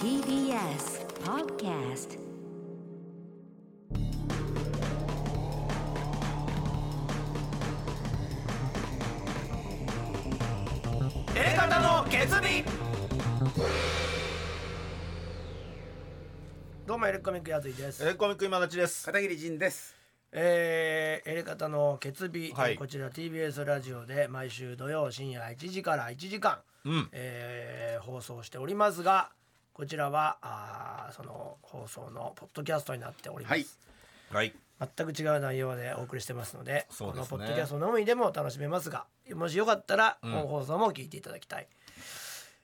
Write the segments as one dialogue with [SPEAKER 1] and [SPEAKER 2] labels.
[SPEAKER 1] TBS Podcast
[SPEAKER 2] 方の決意どうもエレコミックやついです
[SPEAKER 3] エレコミック今立ちです。
[SPEAKER 4] 片桐仁です。
[SPEAKER 2] えー、エレ方の決日、
[SPEAKER 3] はい
[SPEAKER 2] えーこちら TBS ラジオで毎週土曜深夜1時から1時間、
[SPEAKER 3] うん
[SPEAKER 2] えー放送しておりますがこちらはあーその放送のポッドキャストになっております、
[SPEAKER 4] はい
[SPEAKER 3] はい。
[SPEAKER 2] 全く違う内容でお送りしてますので
[SPEAKER 3] そう
[SPEAKER 2] こ
[SPEAKER 3] で
[SPEAKER 2] の
[SPEAKER 3] すね
[SPEAKER 2] ポッドキャストのみでも楽しめますがもしよかったら、この放送も聞いていただきたい、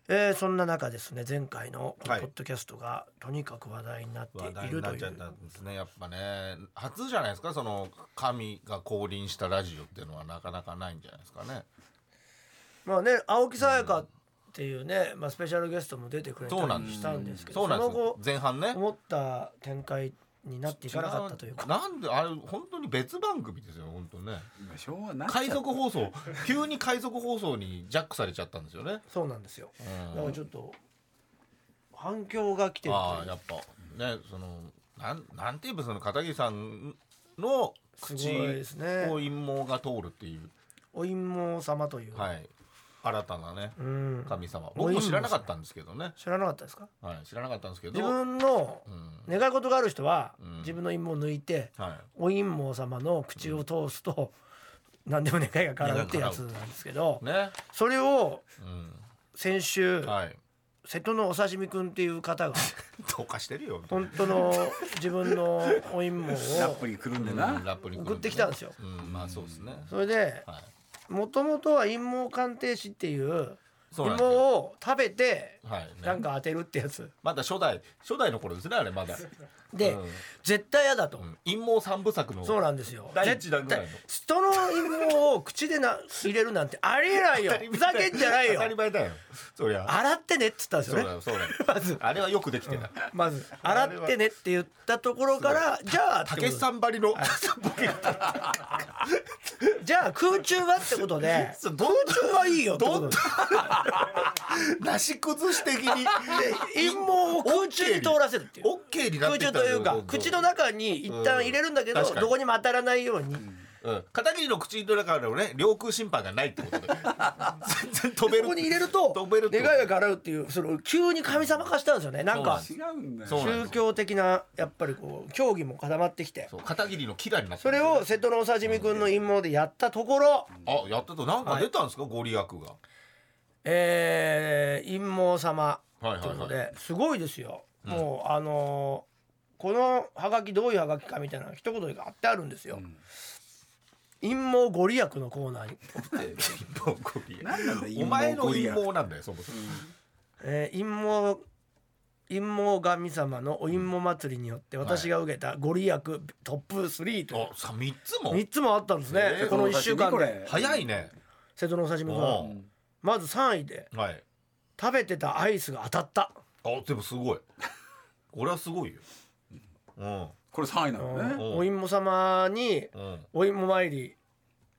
[SPEAKER 2] えーそんな中ですね前回のこ
[SPEAKER 3] は
[SPEAKER 2] の
[SPEAKER 3] い
[SPEAKER 2] ポッドキャストがとにかく話題になって
[SPEAKER 3] 話
[SPEAKER 2] い
[SPEAKER 3] 題
[SPEAKER 2] る
[SPEAKER 3] に
[SPEAKER 2] と
[SPEAKER 3] なっ
[SPEAKER 2] い
[SPEAKER 3] ちゃっ
[SPEAKER 2] う
[SPEAKER 3] たんですね。やっぱね、初じゃないですか。その神が降臨したラジオっていうのはなかなかないんじゃないですかね。
[SPEAKER 2] まあね青木さやかっていうね、まあ、スペシャルゲストも出てくれた
[SPEAKER 3] そうなん
[SPEAKER 2] り
[SPEAKER 3] です
[SPEAKER 2] したんですけど
[SPEAKER 3] そうなん
[SPEAKER 2] の
[SPEAKER 3] ですよ
[SPEAKER 2] 後。
[SPEAKER 3] 前半ね。
[SPEAKER 2] 思った展開になっていかなかったというか
[SPEAKER 3] 違なんであれ本当に別番組ですよ本当ね。
[SPEAKER 4] 今昭和な
[SPEAKER 3] 海賊放送急に海賊放送にジャックされちゃったんですよね。
[SPEAKER 2] そうなんですよ、
[SPEAKER 3] うん
[SPEAKER 2] だからちょっと反響が来てると
[SPEAKER 3] ああ
[SPEAKER 2] いう
[SPEAKER 3] やっぱねそのなんなんて言えばその片桐さんの口
[SPEAKER 2] すごいですね
[SPEAKER 3] を陰謀が通るっていう、
[SPEAKER 2] お陰謀様という、
[SPEAKER 3] はい新たなね
[SPEAKER 2] うん
[SPEAKER 3] 神様僕も知らなかったんですけどね、
[SPEAKER 2] 知らなかったですか
[SPEAKER 3] はい、知らなかったんですけど
[SPEAKER 2] 自分の
[SPEAKER 3] うん
[SPEAKER 2] 願い事がある人は、
[SPEAKER 3] うん
[SPEAKER 2] 自分の陰謀を抜いて、
[SPEAKER 3] はい
[SPEAKER 2] お陰謀様の口を通すと、何でも願いが叶うってやつなんですけど、
[SPEAKER 3] ね、
[SPEAKER 2] それを
[SPEAKER 3] う
[SPEAKER 2] 先週、
[SPEAKER 3] ん、はい
[SPEAKER 2] 瀬戸のお刺身くんっていう 方が
[SPEAKER 3] どうかしてるよみたいな
[SPEAKER 2] 本当の自分のお陰謀
[SPEAKER 4] ラップ
[SPEAKER 2] を
[SPEAKER 4] にくるんで
[SPEAKER 3] うん
[SPEAKER 4] な。
[SPEAKER 3] ラップに来る
[SPEAKER 2] 送ってきたんですよ。
[SPEAKER 3] うんまあそうですね、
[SPEAKER 2] それで
[SPEAKER 3] はい、
[SPEAKER 2] もともとは陰謀鑑定士っていう
[SPEAKER 3] そ
[SPEAKER 2] 陰
[SPEAKER 3] うなんです
[SPEAKER 2] 謀
[SPEAKER 3] よ
[SPEAKER 2] を食べて
[SPEAKER 3] はいね
[SPEAKER 2] なんか当てるってやつ
[SPEAKER 3] まだ初代初代の頃ですねあれまだ、
[SPEAKER 2] で、
[SPEAKER 3] うん
[SPEAKER 2] 絶対嫌だと、
[SPEAKER 3] うん、陰謀三部作の
[SPEAKER 2] そうなんですよ
[SPEAKER 3] 第一弾ぐらいの
[SPEAKER 2] 絶対人の陰謀を口でな入れるなんてありえないよふざけんじゃないよ
[SPEAKER 3] 当たり前だよそりゃ
[SPEAKER 2] 洗ってねっつったんです
[SPEAKER 3] そう
[SPEAKER 2] よ
[SPEAKER 3] だ
[SPEAKER 2] ね
[SPEAKER 3] よそうだよあれはよくできてた
[SPEAKER 2] まず洗ってねって言ったところからじゃあ
[SPEAKER 3] たけしさんばりのボケが
[SPEAKER 2] じゃあ空中はって ことで
[SPEAKER 3] そう ど
[SPEAKER 2] 空
[SPEAKER 3] ん
[SPEAKER 2] 中はいいよってこと
[SPEAKER 3] どん
[SPEAKER 2] で
[SPEAKER 3] なし崩し的 に
[SPEAKER 2] 陰謀を空中に通らせるっていう
[SPEAKER 3] オッケーになっ
[SPEAKER 2] 空
[SPEAKER 3] て
[SPEAKER 2] 中
[SPEAKER 3] た
[SPEAKER 2] というか
[SPEAKER 3] どんどん
[SPEAKER 2] 口の中に一旦入れるんだけど
[SPEAKER 3] うん確かに
[SPEAKER 2] どこにも当たらないように
[SPEAKER 3] うん、片桐の口の中のね領空侵犯がないってことで 全然飛べる
[SPEAKER 2] ここに入れると
[SPEAKER 3] 飛べるって
[SPEAKER 2] 願
[SPEAKER 3] こ
[SPEAKER 2] い
[SPEAKER 3] と
[SPEAKER 2] が叶うっていうその急に神様化したんですよねなんか
[SPEAKER 4] 違うんだ
[SPEAKER 3] そう
[SPEAKER 4] よ。
[SPEAKER 3] なん
[SPEAKER 2] 宗
[SPEAKER 3] ですよ
[SPEAKER 2] 教的なやっぱりこう教義も固まってきて
[SPEAKER 3] そう片桐のキラーになった
[SPEAKER 2] それを瀬戸のお刺身くんの陰謀でやったところ、
[SPEAKER 3] あやったとなんか出たんですか、ご利益が
[SPEAKER 2] えー、陰謀様と
[SPEAKER 3] はいいは
[SPEAKER 2] う
[SPEAKER 3] い
[SPEAKER 2] の
[SPEAKER 3] はい
[SPEAKER 2] で、すごいですよ、もうあのーこのハガキどういうハガキかみたいなの一言であってあるんですよ、陰謀ご利益のコーナーに、
[SPEAKER 3] 陰謀ご利益
[SPEAKER 4] なんなんだ陰謀
[SPEAKER 3] お前の
[SPEAKER 4] ご利
[SPEAKER 3] 陰
[SPEAKER 4] 益
[SPEAKER 3] 謀なんだよそもそも、
[SPEAKER 2] えー、陰謀陰謀神様のお陰謀祭りによって私が受けたご利益トップ3という
[SPEAKER 3] あさ3つも
[SPEAKER 2] 3つもあったんですね、
[SPEAKER 3] えー
[SPEAKER 2] この1週間
[SPEAKER 4] こ
[SPEAKER 2] で
[SPEAKER 4] れ。
[SPEAKER 3] 早いね
[SPEAKER 2] 瀬戸のお刺身く
[SPEAKER 3] うん
[SPEAKER 2] まず3位で
[SPEAKER 3] はい
[SPEAKER 2] 食べてたアイスが当たった
[SPEAKER 3] あでもすごいこれはすごいようん
[SPEAKER 4] これ三位なのね。
[SPEAKER 3] ん
[SPEAKER 2] お芋様に
[SPEAKER 3] うん
[SPEAKER 2] お芋参り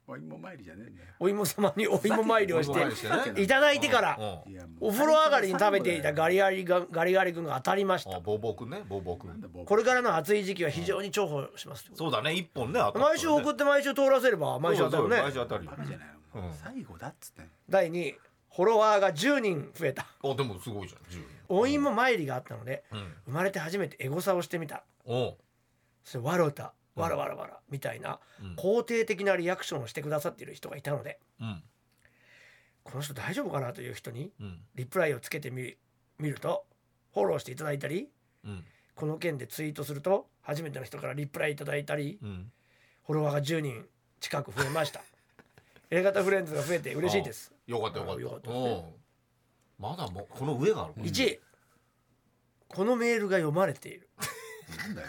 [SPEAKER 4] お芋参りじゃねえんだよ。
[SPEAKER 2] お芋様にお芋参りをし
[SPEAKER 3] お芋参りして
[SPEAKER 2] て
[SPEAKER 3] ね
[SPEAKER 2] いただいてか
[SPEAKER 3] う
[SPEAKER 2] ら
[SPEAKER 4] いやも
[SPEAKER 2] お風呂上がりに食べていたガリガリがガリガリ君が当たりまし
[SPEAKER 3] ん
[SPEAKER 2] た
[SPEAKER 3] あボーボーくんねボーボーくん
[SPEAKER 2] これからの暑い時期は非常に重宝します
[SPEAKER 3] そうだね一本ね
[SPEAKER 2] 毎週送
[SPEAKER 3] っ
[SPEAKER 2] って毎週通らせれば毎週当たるね
[SPEAKER 3] 毎週当たるよ
[SPEAKER 4] バカじゃないの。も
[SPEAKER 3] う
[SPEAKER 4] う
[SPEAKER 3] ん
[SPEAKER 4] 最後だっつってんの。
[SPEAKER 2] 第2位フォロワーが10人増えた
[SPEAKER 3] あでもすごいじゃん10
[SPEAKER 2] お芋参りがあったので
[SPEAKER 3] うん
[SPEAKER 2] 生まれて初めてエゴサをしてみた
[SPEAKER 3] おう
[SPEAKER 2] そして笑うたわらわらわらみたいな
[SPEAKER 3] うん
[SPEAKER 2] 肯定的なリアクションをしてくださっている人がいたので
[SPEAKER 3] うん
[SPEAKER 2] この人大丈夫かなという人に
[SPEAKER 3] うん
[SPEAKER 2] リプライをつけてみる見るとフォローしていただいたり
[SPEAKER 3] うん
[SPEAKER 2] この件でツイートすると初めての人からリプライいただいたり
[SPEAKER 3] うん
[SPEAKER 2] フォロワーが10人近く増えました A 型フレンズが増えて嬉しいです
[SPEAKER 3] あよかったよか
[SPEAKER 2] よか
[SPEAKER 3] っ
[SPEAKER 2] ったたです
[SPEAKER 3] おうまだもうこの上がある
[SPEAKER 2] 1位このメールが読まれている
[SPEAKER 4] なんだよ。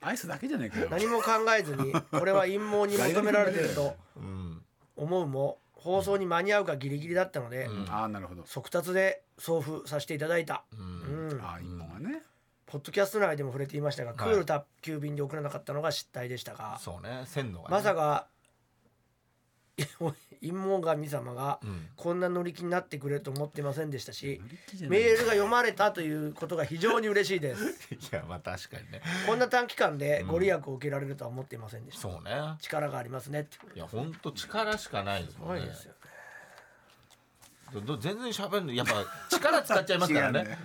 [SPEAKER 4] アイスだけじゃねえかよ。
[SPEAKER 2] 何も考えず にこれは陰謀に求められてると
[SPEAKER 3] うん
[SPEAKER 2] 思うも放送に間に合うかギリギリだったので、
[SPEAKER 3] うん
[SPEAKER 4] ああなるほど。
[SPEAKER 2] 速達で送付させていただいた、
[SPEAKER 3] う
[SPEAKER 2] うんん、
[SPEAKER 4] ああ芋がね。
[SPEAKER 2] ポッドキャスト内でも触れていましたが、クール宅急便で送らなかったのが失態でしたが
[SPEAKER 3] そうね鮮度がね
[SPEAKER 2] まさか陰謀神様が
[SPEAKER 3] ん
[SPEAKER 2] こんな乗り気になってくれると思ってませんでしたし
[SPEAKER 4] 乗り気じゃな
[SPEAKER 2] メ
[SPEAKER 4] い
[SPEAKER 2] ールが読まれたということが非常に 嬉しいです
[SPEAKER 3] いやまあ確かにね
[SPEAKER 2] こんな短期間でご利益を受けられるとは思っていませんでした、
[SPEAKER 3] そうね
[SPEAKER 2] 力がありますねって
[SPEAKER 3] いやほんと力しかないです
[SPEAKER 2] す
[SPEAKER 3] も
[SPEAKER 2] ご
[SPEAKER 3] ん
[SPEAKER 2] い
[SPEAKER 3] ね
[SPEAKER 2] ですよね
[SPEAKER 3] どど全然喋るのやっぱ力使っちゃいますから
[SPEAKER 4] 違う
[SPEAKER 3] ね
[SPEAKER 4] ね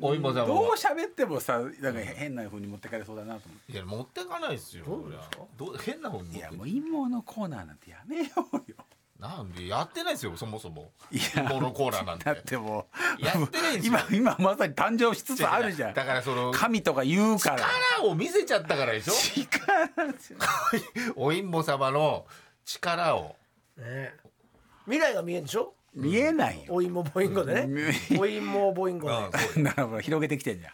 [SPEAKER 3] おいもさん
[SPEAKER 4] どう
[SPEAKER 3] は
[SPEAKER 4] 喋ってもさなんか変な風に持ってかれそうだなと思っ
[SPEAKER 3] いや持ってかないですよ
[SPEAKER 2] どうですか
[SPEAKER 3] どう変な方に
[SPEAKER 4] てい
[SPEAKER 3] 持っ
[SPEAKER 4] や
[SPEAKER 3] て
[SPEAKER 4] もう陰謀のコーナーなんてやめようよ
[SPEAKER 3] なんでやってないですよそもそも
[SPEAKER 4] いや
[SPEAKER 3] ボロコーラなんて
[SPEAKER 4] だってもう
[SPEAKER 3] やってないんですよ
[SPEAKER 4] 今今まさに誕生しつつあるじゃん
[SPEAKER 3] だからその
[SPEAKER 4] 神とか言うから
[SPEAKER 3] 力を見せちゃったからでしょ
[SPEAKER 4] 力ですよ
[SPEAKER 3] おいも様の力を
[SPEAKER 2] ね未来が見えるでしょ
[SPEAKER 4] 見えないよ
[SPEAKER 2] お芋ボインゴでねお芋ボインゴで
[SPEAKER 4] だからほら広げてきてんじゃん、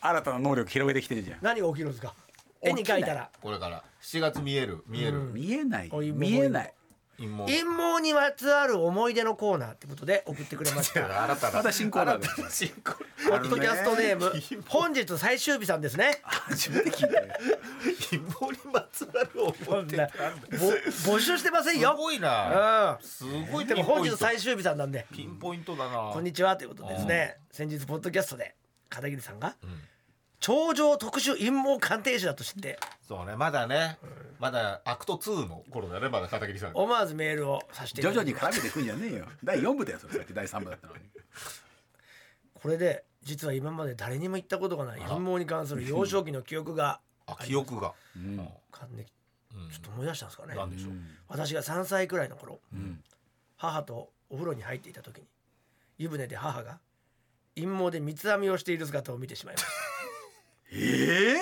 [SPEAKER 4] 新たな能力広げてきてんじゃん
[SPEAKER 2] 何が起きるんですか絵に描いたら
[SPEAKER 3] これから7月見える見える、
[SPEAKER 4] 見えない
[SPEAKER 2] おいも
[SPEAKER 4] 見えない
[SPEAKER 3] 陰謀
[SPEAKER 2] 陰謀にまつわる思い出のコーナーってことで送ってくれまし
[SPEAKER 3] だか
[SPEAKER 2] た
[SPEAKER 3] ら新た な
[SPEAKER 4] また新コーナーで
[SPEAKER 3] 新たな新コー
[SPEAKER 2] ポッドキャストネーム
[SPEAKER 3] あるね
[SPEAKER 2] 本日最終日さんですね
[SPEAKER 4] 初めて聞いたよ
[SPEAKER 3] ナー陰謀にまつわる思
[SPEAKER 2] こ
[SPEAKER 3] い
[SPEAKER 2] ん
[SPEAKER 3] 出
[SPEAKER 2] なぼ募集してません
[SPEAKER 3] す
[SPEAKER 2] よ
[SPEAKER 3] ごいうなんすごい
[SPEAKER 2] で
[SPEAKER 3] ピ
[SPEAKER 2] も
[SPEAKER 3] ンポ
[SPEAKER 2] 本
[SPEAKER 3] イ
[SPEAKER 2] 日
[SPEAKER 3] ント
[SPEAKER 2] 最終日さんなんで
[SPEAKER 3] ピンポイントだな
[SPEAKER 2] こんにちはということでですね先日ポッドキャストで片桐さんが
[SPEAKER 3] ん
[SPEAKER 2] 頂上特殊陰謀鑑定士だと知って
[SPEAKER 3] そうねまだね、まだアクト2の頃だねまだ片桐さん
[SPEAKER 2] 思わずメールをさせていた
[SPEAKER 4] 徐
[SPEAKER 2] だきま
[SPEAKER 4] 々
[SPEAKER 2] した
[SPEAKER 4] に絡めてくんじゃねえよ第4部だよそれさっき第3部だったのに
[SPEAKER 2] これで実は今まで誰にも言ったことがない陰謀に関する幼少期の記憶が
[SPEAKER 3] あ記憶が、うん
[SPEAKER 2] かんでち
[SPEAKER 3] うん
[SPEAKER 2] ょっと思い出したんですかね
[SPEAKER 3] なんでしょう、
[SPEAKER 2] 私が3歳くらいの頃
[SPEAKER 4] うん
[SPEAKER 2] 母とお風呂に入っていた時に湯船で母が陰謀で三つ編みをしている姿を見てしまいまし
[SPEAKER 3] え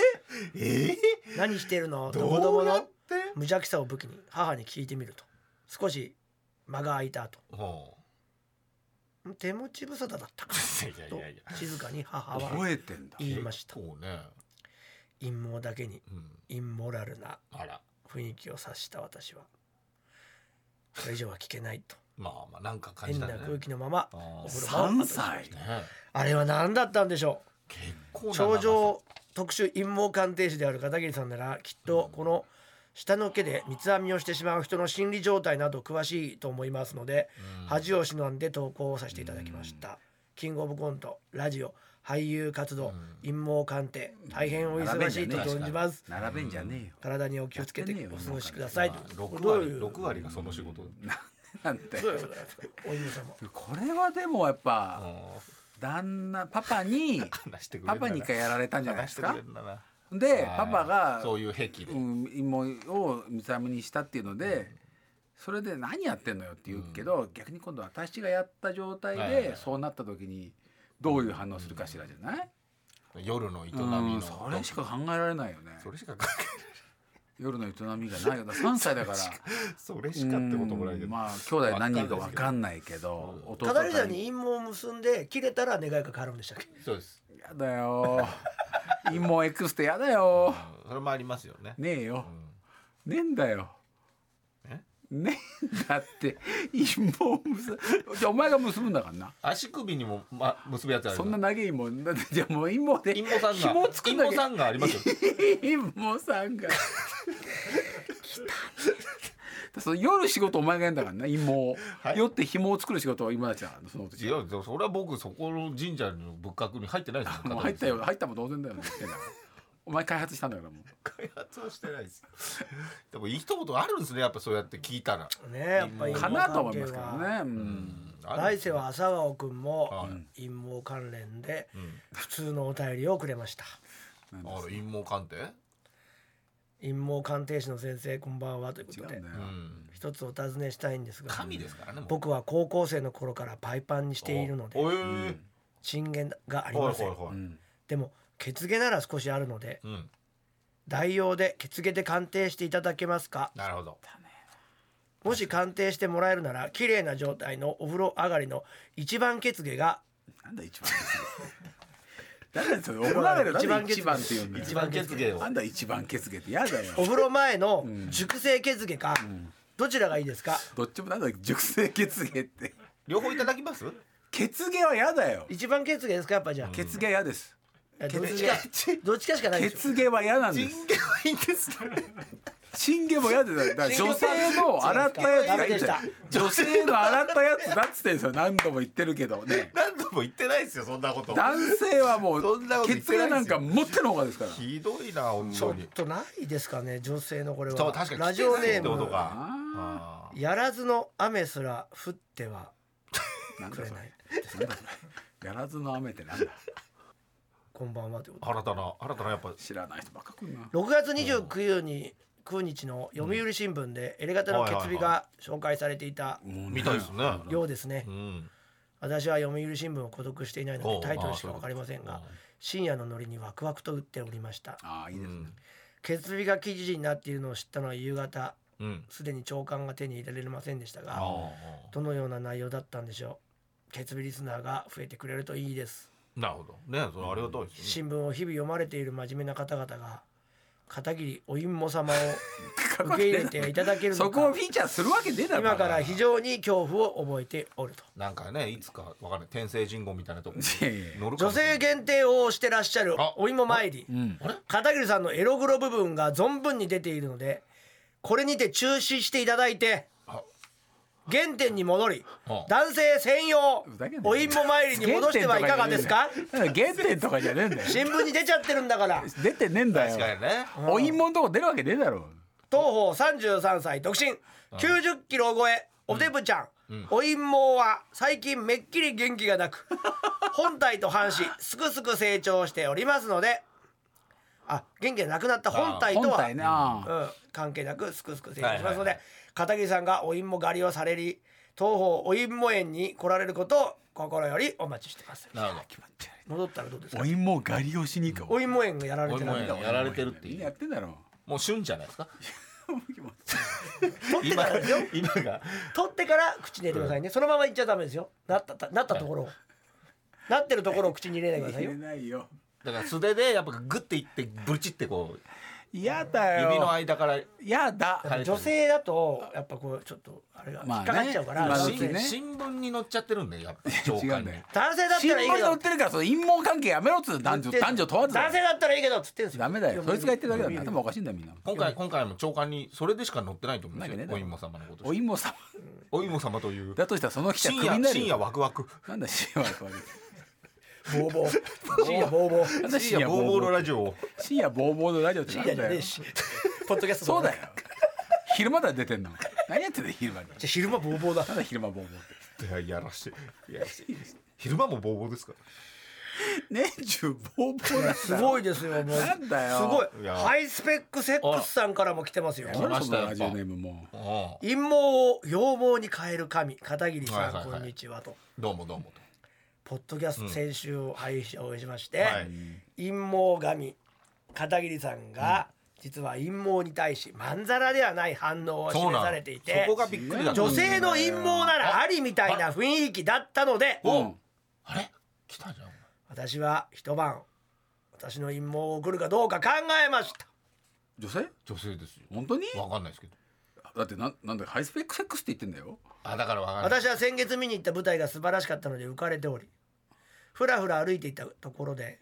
[SPEAKER 3] ええ
[SPEAKER 2] た何してるの
[SPEAKER 3] え
[SPEAKER 2] と
[SPEAKER 3] ど
[SPEAKER 2] 子供
[SPEAKER 3] うやっ
[SPEAKER 2] の
[SPEAKER 3] て
[SPEAKER 2] 無邪気さを武器に母に聞いてみると少し間が空いた後
[SPEAKER 3] ほ
[SPEAKER 2] ん手持ち無沙汰だったか
[SPEAKER 3] ういやい
[SPEAKER 2] と
[SPEAKER 3] やいや
[SPEAKER 2] 静かに母は
[SPEAKER 4] 覚えてんだ
[SPEAKER 2] 言いました
[SPEAKER 3] 結構ね、
[SPEAKER 2] 陰謀だけに
[SPEAKER 3] うん、
[SPEAKER 2] インモラルな
[SPEAKER 3] あら
[SPEAKER 2] 雰囲気を察した私はこれ以上は聞けないと
[SPEAKER 3] まあまあなんか感
[SPEAKER 2] 変
[SPEAKER 3] じた
[SPEAKER 2] な
[SPEAKER 3] ね
[SPEAKER 2] 空気のまま
[SPEAKER 3] あー
[SPEAKER 2] お風呂場を
[SPEAKER 4] 3歳
[SPEAKER 3] ね
[SPEAKER 2] あれは何だったんでしょ
[SPEAKER 3] 結構
[SPEAKER 2] う
[SPEAKER 3] な
[SPEAKER 2] 頂上特殊陰謀鑑定士である片桐さんならきっとこの下の毛で三つ編みをしてしまう人の心理状態など詳しいと思いますので恥を忍んで投稿をさせていただきましたキングオブコントラジオ俳優活動陰謀鑑定大変お忙しいと存じます
[SPEAKER 4] 並べんじゃね
[SPEAKER 2] 体にお気をつけてお過ごしくださ
[SPEAKER 3] 長
[SPEAKER 2] い
[SPEAKER 3] さまあ
[SPEAKER 2] と
[SPEAKER 3] 六
[SPEAKER 2] どう
[SPEAKER 3] 割
[SPEAKER 2] いう
[SPEAKER 3] 六割がその仕事
[SPEAKER 4] えよなんて
[SPEAKER 2] どういうことなんですかお犬様
[SPEAKER 4] これはでもやっ
[SPEAKER 3] あ
[SPEAKER 4] ぱ
[SPEAKER 3] ー
[SPEAKER 4] 旦那パパ に
[SPEAKER 3] 話してくれ
[SPEAKER 4] パ
[SPEAKER 3] るんだ
[SPEAKER 4] パ
[SPEAKER 3] な
[SPEAKER 4] に一回やられたんじゃないですか
[SPEAKER 3] 話してくれるんだな
[SPEAKER 4] で
[SPEAKER 3] はい
[SPEAKER 4] パパが
[SPEAKER 3] そういう癖で、
[SPEAKER 4] うん、芋を三つ編みにしたっていうので、それで「何やってんのよ」って言うけど、逆に今度私がやった状態
[SPEAKER 3] はいはいは
[SPEAKER 4] で
[SPEAKER 3] い
[SPEAKER 4] そうなった時にどういう反応するかしらじゃない、
[SPEAKER 3] 夜の営み
[SPEAKER 4] うん
[SPEAKER 3] の
[SPEAKER 4] それしか考えられないよね
[SPEAKER 3] それしか考
[SPEAKER 4] 夜の営みがないよだ3 歳だから
[SPEAKER 3] えないそれしかってこともないけ
[SPEAKER 4] う
[SPEAKER 3] ど、
[SPEAKER 4] んまあ兄弟何人か分かんないけど弟
[SPEAKER 2] 片桐さんに陰謀を結んで切れたら願いが変わるんでしたっけ
[SPEAKER 3] そうです、
[SPEAKER 4] やだよ陰謀エクステやだよ
[SPEAKER 3] それもありますよね
[SPEAKER 4] ねえよ
[SPEAKER 3] うん
[SPEAKER 4] ねえんだよ
[SPEAKER 3] え
[SPEAKER 4] ねえんだって陰謀を結ぶじゃあお前が結ぶんだからな
[SPEAKER 3] 足首にも、ま、結ぶやつある
[SPEAKER 4] そんな長いもんだってじゃあもう陰謀で
[SPEAKER 3] 陰謀さんが
[SPEAKER 4] 紐を作んなきゃ
[SPEAKER 3] 陰謀さんがありますよ
[SPEAKER 4] 陰謀さんがその夜仕事お前がやんだからな陰謀を、
[SPEAKER 3] はい
[SPEAKER 4] 夜って紐を作る仕事は今だちゃんその
[SPEAKER 3] 違
[SPEAKER 4] 時
[SPEAKER 3] うそれは僕そこの神社の仏閣に入ってないですよ
[SPEAKER 4] もう入ったよ入ったも同然だよね言ってんだからお前開発したんだからもう
[SPEAKER 3] 開発はしてないです よでもいい一言あるんですねやっぱそうやって聞いたら、
[SPEAKER 2] ねやっぱり
[SPEAKER 4] かなと思いますからね、うん、
[SPEAKER 3] ある
[SPEAKER 2] 来世は朝顔くんも
[SPEAKER 3] はい
[SPEAKER 2] 陰謀関連で
[SPEAKER 3] うん
[SPEAKER 2] 普通のお便りをくれました
[SPEAKER 3] あら陰謀鑑定
[SPEAKER 2] 陰謀鑑定士の先生こんばんはというこ
[SPEAKER 4] 違
[SPEAKER 2] と
[SPEAKER 4] うんだ
[SPEAKER 2] で
[SPEAKER 4] よ、
[SPEAKER 3] うん
[SPEAKER 2] 一つお尋ねしたいんですが
[SPEAKER 3] 神ですからね
[SPEAKER 2] 僕は高校生の頃からパイパンにしているので
[SPEAKER 3] おえー
[SPEAKER 2] 震源があり
[SPEAKER 3] は
[SPEAKER 2] ま
[SPEAKER 3] い
[SPEAKER 2] せ
[SPEAKER 3] はい
[SPEAKER 2] ん
[SPEAKER 3] はい
[SPEAKER 4] うん
[SPEAKER 2] でも血毛なら少しあるので
[SPEAKER 3] うん
[SPEAKER 2] 代用で血毛で鑑定していただけますか
[SPEAKER 3] なるほど
[SPEAKER 2] もし鑑定してもらえるなら綺麗な状態のお風呂上がりの一番血毛 が
[SPEAKER 4] なんだ一番なんだよそれ怒られる
[SPEAKER 2] 一
[SPEAKER 4] 一
[SPEAKER 2] 番
[SPEAKER 4] 番一番って言うんだよ
[SPEAKER 3] 一番血芸を
[SPEAKER 4] なんだ一番ケツゲって嫌だよ
[SPEAKER 2] お風呂前の熟成血毛か、どちらがいいですか
[SPEAKER 4] どっちもなんだ熟成血芸って
[SPEAKER 3] 両方いただきます
[SPEAKER 4] 血芸は嫌だよ
[SPEAKER 2] 一番血毛ですかやっぱじゃあ、
[SPEAKER 4] 血芸は嫌です
[SPEAKER 2] どっち
[SPEAKER 4] 血
[SPEAKER 2] かどっちかしかないでしょ
[SPEAKER 4] 血芸は嫌なんです
[SPEAKER 3] 芸はいいんです
[SPEAKER 4] チンゲも嫌でだから
[SPEAKER 2] チンゲ
[SPEAKER 4] 女
[SPEAKER 2] も
[SPEAKER 4] 性の洗ったやつがいいんだよ
[SPEAKER 2] ダメ
[SPEAKER 4] 女性の洗ったやつだっつってんですよ何度も言ってるけどね
[SPEAKER 3] 何度も言ってないですよそんなこと
[SPEAKER 4] 男性はも
[SPEAKER 3] そ
[SPEAKER 4] うん
[SPEAKER 3] なこと言って
[SPEAKER 4] 血
[SPEAKER 3] ない
[SPEAKER 4] が
[SPEAKER 3] ですよ
[SPEAKER 4] なんか持ってのほうがですから
[SPEAKER 3] ひどいな本
[SPEAKER 2] ちょ
[SPEAKER 3] 当
[SPEAKER 2] っ
[SPEAKER 3] に
[SPEAKER 2] とないですかね女性のこれ
[SPEAKER 3] そう
[SPEAKER 2] は
[SPEAKER 3] 確かに
[SPEAKER 2] ラジオネー
[SPEAKER 3] 来てないってこと
[SPEAKER 2] ム
[SPEAKER 3] か
[SPEAKER 4] あ
[SPEAKER 3] あー
[SPEAKER 2] やらずの雨すら降っては
[SPEAKER 4] ーなん
[SPEAKER 2] く
[SPEAKER 4] だそ
[SPEAKER 2] れ
[SPEAKER 4] れ
[SPEAKER 2] ない
[SPEAKER 4] なんだそれやらずの雨ってなんだ
[SPEAKER 2] こんばんはということ
[SPEAKER 3] 新たな新たなやっぱ
[SPEAKER 4] 知らない人ばっか来るな
[SPEAKER 2] 6月29日9日の読売新聞でエレガタの決備が紹介されていた
[SPEAKER 3] 見たいですね
[SPEAKER 2] ようですね
[SPEAKER 3] うん
[SPEAKER 2] 私は読売新聞を購読していないの
[SPEAKER 3] おう
[SPEAKER 2] でタイトルしか
[SPEAKER 3] ああ
[SPEAKER 2] 分かりません
[SPEAKER 3] そう
[SPEAKER 2] が
[SPEAKER 3] かうん
[SPEAKER 2] 深夜のノリにワクワクと打っておりました
[SPEAKER 4] ああいいですね
[SPEAKER 2] 決備が記事になっているのを知ったのは夕方
[SPEAKER 3] うん
[SPEAKER 2] すでに長官が手に入れられませんでした
[SPEAKER 3] あ
[SPEAKER 2] がどのような内容だったんでしょう決備リスナーが増えてくれるといいです
[SPEAKER 3] ーなるほどねそれありがたいですね
[SPEAKER 2] 新聞を日々読まれている真面目な方々が片桐お陰も様を受け入れていただける
[SPEAKER 4] そ
[SPEAKER 2] の
[SPEAKER 4] こを
[SPEAKER 2] か
[SPEAKER 4] フィーチャーするわけねえだろ
[SPEAKER 2] 今から非常に恐怖を覚えておると
[SPEAKER 3] なんかねいつかわかんない天聖人号みたいなとこに
[SPEAKER 4] いやいや
[SPEAKER 3] 乗るか
[SPEAKER 2] 女
[SPEAKER 3] もしれな
[SPEAKER 2] 性
[SPEAKER 3] い
[SPEAKER 2] 限定をしてらっしゃる
[SPEAKER 3] あ
[SPEAKER 2] お芋参り
[SPEAKER 4] うん
[SPEAKER 2] 片桐さんのエログロ部分が存分に出ているのでこれにて中止していただいて
[SPEAKER 3] あ
[SPEAKER 2] 原点に戻り
[SPEAKER 3] あ
[SPEAKER 2] 男性専用
[SPEAKER 4] ふざけんなよ
[SPEAKER 2] お芋参りに戻してはいかがです か
[SPEAKER 4] 原点とかじゃねえんだよ
[SPEAKER 2] 新聞に出ちゃってるんだから
[SPEAKER 4] 出てねえんだ
[SPEAKER 3] 確か
[SPEAKER 4] よ
[SPEAKER 3] にね
[SPEAKER 4] お芋のとこ出るわけねえだろ
[SPEAKER 2] 東方33歳独身90キロ超えおデブちゃん、お陰謀は最近めっきり元気がなく本体と反しすくすく成長しておりますのであ元気がなくなった本体と
[SPEAKER 4] 本
[SPEAKER 2] は、
[SPEAKER 4] 体ねあ
[SPEAKER 2] うん、関係なくすくすく成長しますので、
[SPEAKER 3] はいはいはい
[SPEAKER 2] 片桐さんがお陰謀狩りをされり東方お陰謀園に来られることを心よりお待ちしてます
[SPEAKER 3] なるほど
[SPEAKER 4] 気持ち悪
[SPEAKER 2] 戻ったらどうです
[SPEAKER 4] い
[SPEAKER 2] か
[SPEAKER 4] お芋狩りをしに行
[SPEAKER 2] お
[SPEAKER 4] こ
[SPEAKER 2] 陰謀園がやられて
[SPEAKER 3] お
[SPEAKER 2] な
[SPEAKER 3] 陰
[SPEAKER 2] い
[SPEAKER 3] 謀園やられてるっていう
[SPEAKER 4] みんなやってんだろ
[SPEAKER 3] もう旬じゃないですか
[SPEAKER 2] 取って
[SPEAKER 3] 今
[SPEAKER 2] からですよ
[SPEAKER 3] 今が
[SPEAKER 2] 取ってから口に入れてくださいね、そのままいっちゃダメですよなったたなったところを、なってるところを口に入れないでください
[SPEAKER 4] 入
[SPEAKER 2] よ
[SPEAKER 4] れないよ
[SPEAKER 3] だから素手でやっぱグッていってブチってこう
[SPEAKER 4] 嫌だよ
[SPEAKER 3] 指の間から
[SPEAKER 4] やだ
[SPEAKER 3] い
[SPEAKER 2] 女性だとやっぱこうちょっとあれが引
[SPEAKER 4] まあ
[SPEAKER 2] っ
[SPEAKER 4] ね
[SPEAKER 2] かかっちゃうから、
[SPEAKER 4] 今のう
[SPEAKER 2] 新
[SPEAKER 4] ちね
[SPEAKER 2] 鮮
[SPEAKER 3] 新聞に載っちゃってるんでやっ ぱ
[SPEAKER 4] 違
[SPEAKER 3] 長
[SPEAKER 4] う
[SPEAKER 3] 官
[SPEAKER 4] ん
[SPEAKER 3] に
[SPEAKER 4] だよ
[SPEAKER 2] 男性だった
[SPEAKER 4] 新
[SPEAKER 2] らいい
[SPEAKER 4] 聞
[SPEAKER 2] け
[SPEAKER 4] に
[SPEAKER 2] ど
[SPEAKER 4] 載ってるからその陰謀関係やめろっつう男女男女問わずだ
[SPEAKER 2] 男性だったらいいけどっつってんですよ
[SPEAKER 4] ダメだよそいつが言ってるだけだ
[SPEAKER 2] い
[SPEAKER 4] な
[SPEAKER 2] や
[SPEAKER 4] 頭おかしいんだよみんな
[SPEAKER 3] 今回今回も長官にそれでしか載ってないと思うんです
[SPEAKER 4] な
[SPEAKER 3] よ
[SPEAKER 4] んか
[SPEAKER 3] お
[SPEAKER 4] ね
[SPEAKER 3] 芋様のこと
[SPEAKER 4] お芋さん
[SPEAKER 3] お芋様という
[SPEAKER 4] だとしたらその記者ク
[SPEAKER 3] 深
[SPEAKER 4] ビにな
[SPEAKER 3] 夜
[SPEAKER 4] る
[SPEAKER 3] 深
[SPEAKER 4] よ
[SPEAKER 3] 夜ワクワク
[SPEAKER 4] なんだ深夜これ
[SPEAKER 2] ボーボー深夜ボーボー
[SPEAKER 4] なんだ
[SPEAKER 3] 深
[SPEAKER 4] 深
[SPEAKER 3] 夜
[SPEAKER 4] 夜
[SPEAKER 3] ボーボーの
[SPEAKER 4] ボーボー
[SPEAKER 3] ラジオを
[SPEAKER 4] 深夜ボーボーのラジオってな
[SPEAKER 2] 深夜
[SPEAKER 4] ん
[SPEAKER 2] じゃ
[SPEAKER 4] だ
[SPEAKER 2] ねえ
[SPEAKER 4] よ
[SPEAKER 2] しポッドキャスト
[SPEAKER 4] そうだ
[SPEAKER 2] よ
[SPEAKER 4] よ昼間だ出てんの何やってんだよ昼間に
[SPEAKER 2] じゃあ昼間ボーボーだ
[SPEAKER 4] ただ昼間ボーボーって
[SPEAKER 3] いややらしてやらして昼間もボーボーですか
[SPEAKER 4] 年中ボーボーなんだ
[SPEAKER 2] すごいですよもう
[SPEAKER 4] なんだよ
[SPEAKER 2] すごい
[SPEAKER 3] いや
[SPEAKER 2] ハイスペックセックスさんからも来てますよ
[SPEAKER 4] 何
[SPEAKER 3] ま
[SPEAKER 4] そ
[SPEAKER 3] した
[SPEAKER 4] の
[SPEAKER 3] よ
[SPEAKER 4] ラジオネームも
[SPEAKER 3] らうん
[SPEAKER 2] 陰謀を羊毛に変える神片桐さん、
[SPEAKER 3] はいはいはい
[SPEAKER 2] こんにちはと
[SPEAKER 3] どうもどうも
[SPEAKER 2] ポッドキャスト先週を配信しまして、
[SPEAKER 3] とはい
[SPEAKER 2] 陰謀神片桐さんが、実は陰謀に対しまんざらではない反応を
[SPEAKER 3] そう
[SPEAKER 2] 示
[SPEAKER 3] なの
[SPEAKER 2] されていて
[SPEAKER 3] そこがびっくりだった
[SPEAKER 2] 女性の陰謀ならありみたいな雰囲気だったので
[SPEAKER 4] う
[SPEAKER 3] お
[SPEAKER 4] ん
[SPEAKER 3] あれ来たじゃん
[SPEAKER 2] 私は一晩私の陰謀を送るかどうか考えました
[SPEAKER 4] 女性
[SPEAKER 3] 女性ですよ
[SPEAKER 4] 本当に
[SPEAKER 3] わかんないですけど
[SPEAKER 4] だってなんなんだよハイスペックセックスって言ってんだよ
[SPEAKER 3] あだからわかんない
[SPEAKER 2] 私は先月見に行った舞台が素晴らしかったので浮かれておりふらふら歩いていたところで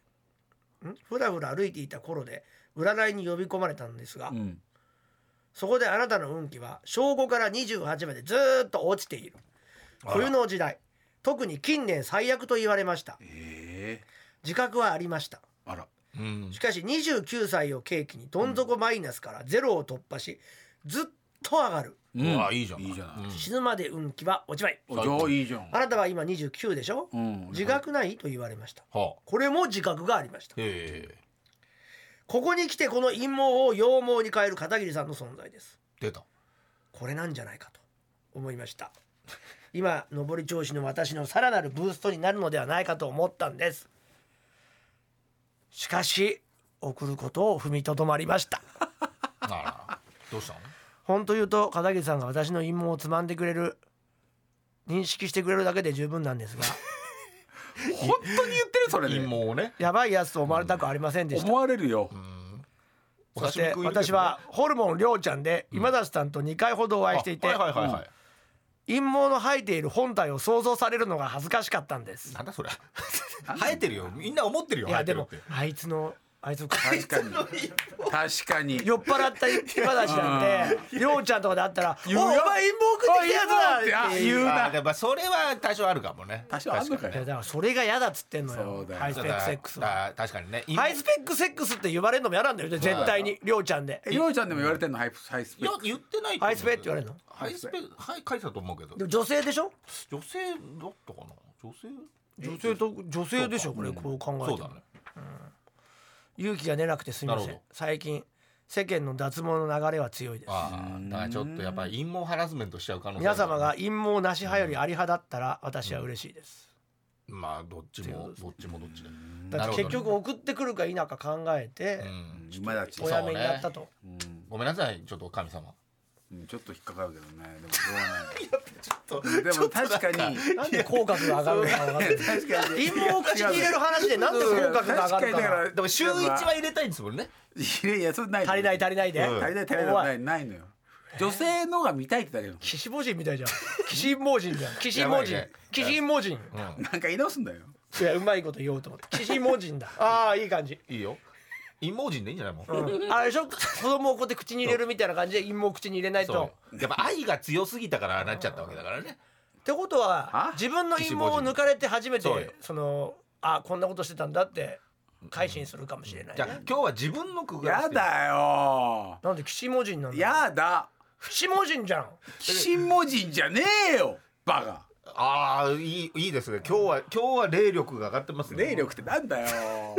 [SPEAKER 2] んふらふら歩いていた頃で占いに呼び込まれたのですが、
[SPEAKER 4] うん
[SPEAKER 2] そこであなたの運気は正午から28までずーっと落ちている
[SPEAKER 3] あら
[SPEAKER 2] 冬の時代特に近年最悪と言われました
[SPEAKER 4] ええ
[SPEAKER 2] 自覚はありました
[SPEAKER 4] あら
[SPEAKER 3] うん
[SPEAKER 2] しかし29歳を契機にどん底マイナスからゼロを突破しずっと上がる
[SPEAKER 4] う
[SPEAKER 3] うわいいじゃん
[SPEAKER 4] いいじゃない
[SPEAKER 2] 死ぬまで運気は落ちまい
[SPEAKER 4] おじゃあいいじゃん
[SPEAKER 2] あなたは今29でしょ
[SPEAKER 4] うん
[SPEAKER 2] 自覚ないと言われました
[SPEAKER 3] はあ
[SPEAKER 2] これも自覚がありました
[SPEAKER 3] ええ
[SPEAKER 2] ここに来てこの陰謀を羊毛に変える片桐さんの存在です
[SPEAKER 3] 出た
[SPEAKER 2] これなんじゃないかと思いました今上り調子の私のさらなるブーストになるのではないかと思ったんですしかし送ることを踏みとどまりました
[SPEAKER 3] あらどうしたの
[SPEAKER 2] 本当言うと片桐さんが私の陰謀をつまんでくれる認識してくれるだけで十分なんですが
[SPEAKER 4] 本当に言ってるそれ
[SPEAKER 3] 陰
[SPEAKER 4] で
[SPEAKER 3] 謀をね
[SPEAKER 2] やばいやつと思われたくありませんでした
[SPEAKER 4] 思われるよ
[SPEAKER 3] お
[SPEAKER 2] そ
[SPEAKER 3] 刺
[SPEAKER 2] し
[SPEAKER 3] 身
[SPEAKER 2] て
[SPEAKER 3] 食いに行くけ
[SPEAKER 2] 私
[SPEAKER 3] どね
[SPEAKER 2] はホルモンりょうちゃんで今田さんと2回ほどお会いしていて
[SPEAKER 3] あはいはいはいはい、
[SPEAKER 2] 陰謀の生えている本体を想像されるのが恥ずかしかったんです
[SPEAKER 3] なんだそれ生えてるよみんな思ってるよ
[SPEAKER 2] い
[SPEAKER 3] 生
[SPEAKER 2] や
[SPEAKER 3] えて
[SPEAKER 2] で
[SPEAKER 3] るっ
[SPEAKER 2] も
[SPEAKER 3] て
[SPEAKER 2] あいつのあいつ
[SPEAKER 4] 確かに確かに
[SPEAKER 2] 酔っ払った一話だしなんてりょうちゃんとかで会ったら「お
[SPEAKER 4] 言うよ
[SPEAKER 2] お前陰謀食ってきたやつだ!」って
[SPEAKER 4] 言うな
[SPEAKER 3] あーでもまあそれは多少あるかもね
[SPEAKER 4] 多少あんのか
[SPEAKER 2] いやだ
[SPEAKER 4] ね
[SPEAKER 2] からそれが嫌だっつってんの
[SPEAKER 4] そ
[SPEAKER 2] よ
[SPEAKER 4] うだよ
[SPEAKER 2] ハイスペックセックスは
[SPEAKER 3] あー確かにね
[SPEAKER 2] ハイスペックセックスって言われるのも嫌なんだよね絶対にりょうちゃんで
[SPEAKER 4] えりょうちゃんでも言われてんのハイプハイス
[SPEAKER 3] い
[SPEAKER 4] ペッ
[SPEAKER 3] や
[SPEAKER 4] ク
[SPEAKER 3] 言ってないと思
[SPEAKER 2] ハイ
[SPEAKER 3] うけど
[SPEAKER 2] スペって言われるの
[SPEAKER 3] ハイスペはい書いてたと思うけど
[SPEAKER 2] でも女性でしょ
[SPEAKER 3] 女性だったかな女性
[SPEAKER 2] 女性と女性でしょこれこう考え
[SPEAKER 3] そう
[SPEAKER 2] て
[SPEAKER 3] だ
[SPEAKER 2] も
[SPEAKER 3] ね
[SPEAKER 2] 勇気が出なくてすみませ
[SPEAKER 3] なんるほ
[SPEAKER 2] 最近世間の脱毛の流れは強いです
[SPEAKER 3] ああだからちょっとやっぱり陰謀ハラスメントしちゃう可能性あ
[SPEAKER 2] 皆
[SPEAKER 3] るか
[SPEAKER 2] 様
[SPEAKER 3] ら
[SPEAKER 2] が陰謀なし派よりあり派だったら私は嬉しいです、
[SPEAKER 3] まあどっちもどっちもどっちで
[SPEAKER 2] だ
[SPEAKER 3] な
[SPEAKER 2] って
[SPEAKER 3] るほどね
[SPEAKER 2] 結局送ってくるか否か考えて
[SPEAKER 3] うん
[SPEAKER 4] 今だち
[SPEAKER 3] うん
[SPEAKER 2] おやめになったと、
[SPEAKER 3] ごめんなさいちょっと神様
[SPEAKER 4] うんちょっと引っかかるけどねでもどうなんだろうで も確かに
[SPEAKER 2] なんで口角が上がるのか分かんない
[SPEAKER 4] 確か
[SPEAKER 2] 陰
[SPEAKER 4] に
[SPEAKER 2] 謀を口に入れる話でなんで口角が上がる
[SPEAKER 4] 確にだ
[SPEAKER 2] から
[SPEAKER 3] でも週一は入れたいんですもんね
[SPEAKER 4] いやいやそれない
[SPEAKER 2] 足りない足りないで、
[SPEAKER 3] うん
[SPEAKER 4] 足りない足りないないないのよ女性のが見たいってだけなの
[SPEAKER 2] キシボ人みたいじゃんキシボ人じゃんキシボ人
[SPEAKER 3] やばいね
[SPEAKER 2] キシボ人
[SPEAKER 3] うん
[SPEAKER 4] なんか言い直すんだよ
[SPEAKER 2] いやうまいこと言おうと思ってキシボ人だああいい感じ
[SPEAKER 3] いいよ陰謀人でいいんじゃないもん
[SPEAKER 2] あれでしょ子供をこうやって口に入れるみたいな感じで陰謀を口に入れない
[SPEAKER 3] そ
[SPEAKER 2] と
[SPEAKER 3] うやっぱ愛が強すぎたからああなっちゃったわけだからね
[SPEAKER 2] ってことは
[SPEAKER 4] あ
[SPEAKER 2] 自分の陰謀を抜かれて初めて
[SPEAKER 3] そうよ
[SPEAKER 2] そのあこんなことしてたんだって改心するかもしれない、
[SPEAKER 3] じゃあ
[SPEAKER 2] ね、
[SPEAKER 3] 今日は自分の句が
[SPEAKER 4] やだよ
[SPEAKER 2] なんで岸文人なんだ
[SPEAKER 4] やだ
[SPEAKER 2] 岸文人じゃん
[SPEAKER 4] 新文人じゃねえよバカ
[SPEAKER 3] ああいいいいですね今日は今日は霊力が上がってますね
[SPEAKER 4] 霊力ってなんだよ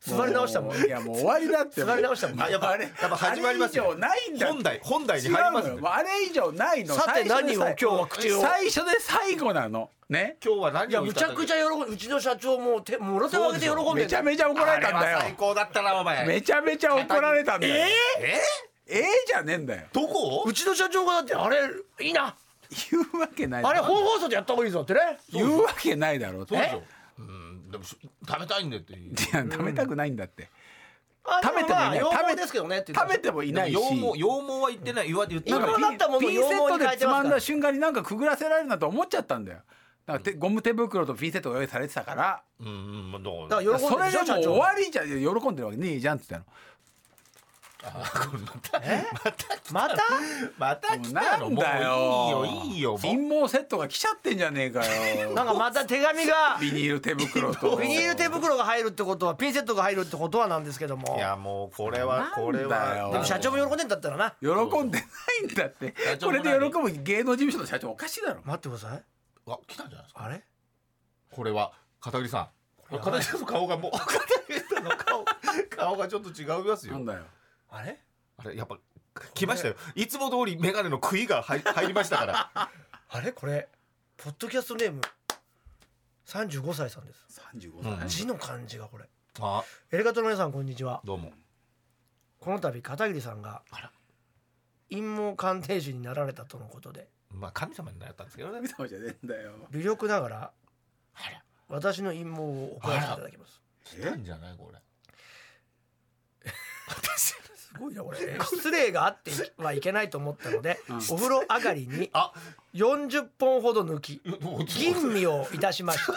[SPEAKER 2] 座り直したもん
[SPEAKER 4] ういやもう終わりだって
[SPEAKER 2] 座り直したもん
[SPEAKER 3] あやっぱ
[SPEAKER 4] あれ
[SPEAKER 3] やっぱ始まります
[SPEAKER 4] あれ
[SPEAKER 3] よ
[SPEAKER 4] 以上ないんだ
[SPEAKER 3] 本題本題に
[SPEAKER 4] 違う
[SPEAKER 3] 入ります
[SPEAKER 4] の
[SPEAKER 3] ね
[SPEAKER 4] よもうあれ以上ないの
[SPEAKER 2] さて
[SPEAKER 4] 最初
[SPEAKER 2] 何
[SPEAKER 4] で
[SPEAKER 2] を今
[SPEAKER 4] 最
[SPEAKER 2] 日は口を
[SPEAKER 4] 最初で最後なのね
[SPEAKER 3] 今日は何を
[SPEAKER 2] いやむちゃくちゃ喜んでうちの社長も手もろ手を挙げて喜んでんだ
[SPEAKER 4] めちゃめちゃ怒られたんだ
[SPEAKER 3] あれは最
[SPEAKER 4] よ
[SPEAKER 3] 高だったなお前
[SPEAKER 4] めちゃめちゃ怒られたんだよ
[SPEAKER 3] え
[SPEAKER 4] ええじゃねえんだよ
[SPEAKER 3] どこ
[SPEAKER 2] うちの社長がだってあれいいな
[SPEAKER 4] 言うわけないだ
[SPEAKER 2] あれ
[SPEAKER 4] ろ
[SPEAKER 2] 本放送でやった方がいいぞってね
[SPEAKER 4] 言うわけないだろう
[SPEAKER 3] そうでし
[SPEAKER 4] え
[SPEAKER 3] ょうんでもし食べたいんだよっていう
[SPEAKER 4] いや食べたくないんだって
[SPEAKER 2] あ
[SPEAKER 4] 食べてもい
[SPEAKER 2] でもまあ
[SPEAKER 4] ない食
[SPEAKER 2] 羊毛
[SPEAKER 4] べ
[SPEAKER 2] ですけどねって言っ
[SPEAKER 4] 食
[SPEAKER 2] て
[SPEAKER 4] べてもいないし
[SPEAKER 3] でも羊毛羊毛は言ってない言わ言って
[SPEAKER 2] な
[SPEAKER 3] なんい
[SPEAKER 2] かだったものを
[SPEAKER 4] ピンセットでつまんだ瞬間になんかくぐらせられるなと思っちゃったんだよなんか手ゴム手袋とピンセットが用意されてたから
[SPEAKER 3] うんうんまあどう
[SPEAKER 2] だから喜ん
[SPEAKER 4] そ
[SPEAKER 2] でる
[SPEAKER 4] れ
[SPEAKER 2] で
[SPEAKER 4] で
[SPEAKER 2] しょ
[SPEAKER 4] もう
[SPEAKER 2] 社
[SPEAKER 4] 終
[SPEAKER 2] 長
[SPEAKER 4] わりじゃんいや喜んでるわけねえじゃんって言っ
[SPEAKER 3] あこれま
[SPEAKER 2] ま
[SPEAKER 3] た
[SPEAKER 2] た
[SPEAKER 3] また来たの
[SPEAKER 4] もう
[SPEAKER 3] も
[SPEAKER 4] なんだよ
[SPEAKER 3] ういいよいいよもう
[SPEAKER 4] 陰謀セットが来ちゃってんじゃねえかよ
[SPEAKER 2] なんかまた手紙が
[SPEAKER 4] ビニール手袋と
[SPEAKER 2] ビニール手袋が入るってことはピンセットが入るってことはなんですけども
[SPEAKER 3] いやもうこれはこれ
[SPEAKER 4] なんだよ
[SPEAKER 3] は
[SPEAKER 2] でも社長も喜んでんだったらな
[SPEAKER 4] 喜んでないんだって
[SPEAKER 3] 社長も
[SPEAKER 4] これ
[SPEAKER 3] 何
[SPEAKER 4] で喜ぶ芸能事務所の社長おかしいだろ
[SPEAKER 2] 待ってください
[SPEAKER 3] あ来たんじゃないですか
[SPEAKER 2] あれ
[SPEAKER 3] これは片桐さん
[SPEAKER 2] れや
[SPEAKER 3] 片
[SPEAKER 2] ばい
[SPEAKER 3] 桐さんの顔がもう片桐さんの顔顔がちょっと違います
[SPEAKER 4] な
[SPEAKER 3] よ
[SPEAKER 4] んだよ
[SPEAKER 2] あれ
[SPEAKER 3] あれやっぱ来ましたよいつも通り眼鏡の杭が入入りましたから
[SPEAKER 2] あれこれポッドキャストネーム35歳さんです
[SPEAKER 4] 35歳
[SPEAKER 2] 字の漢字がこれ
[SPEAKER 3] あ
[SPEAKER 2] エレガトの皆さんこんにちは
[SPEAKER 3] どうも
[SPEAKER 2] この度片桐さんが
[SPEAKER 3] あら
[SPEAKER 2] 陰謀鑑定士になられたとのことで
[SPEAKER 3] まあ神様になったんですけどね
[SPEAKER 4] 神様じゃねえんだよ
[SPEAKER 2] 微力ながら
[SPEAKER 3] あら
[SPEAKER 2] 私の陰謀を行わせていただきます
[SPEAKER 3] 来たんじゃないこれ
[SPEAKER 2] すごいなこれ失礼があってはいけないと思ったので、お風呂上がりに
[SPEAKER 3] あ
[SPEAKER 2] 40本ほど抜き
[SPEAKER 3] もう
[SPEAKER 2] 吟味をいたしました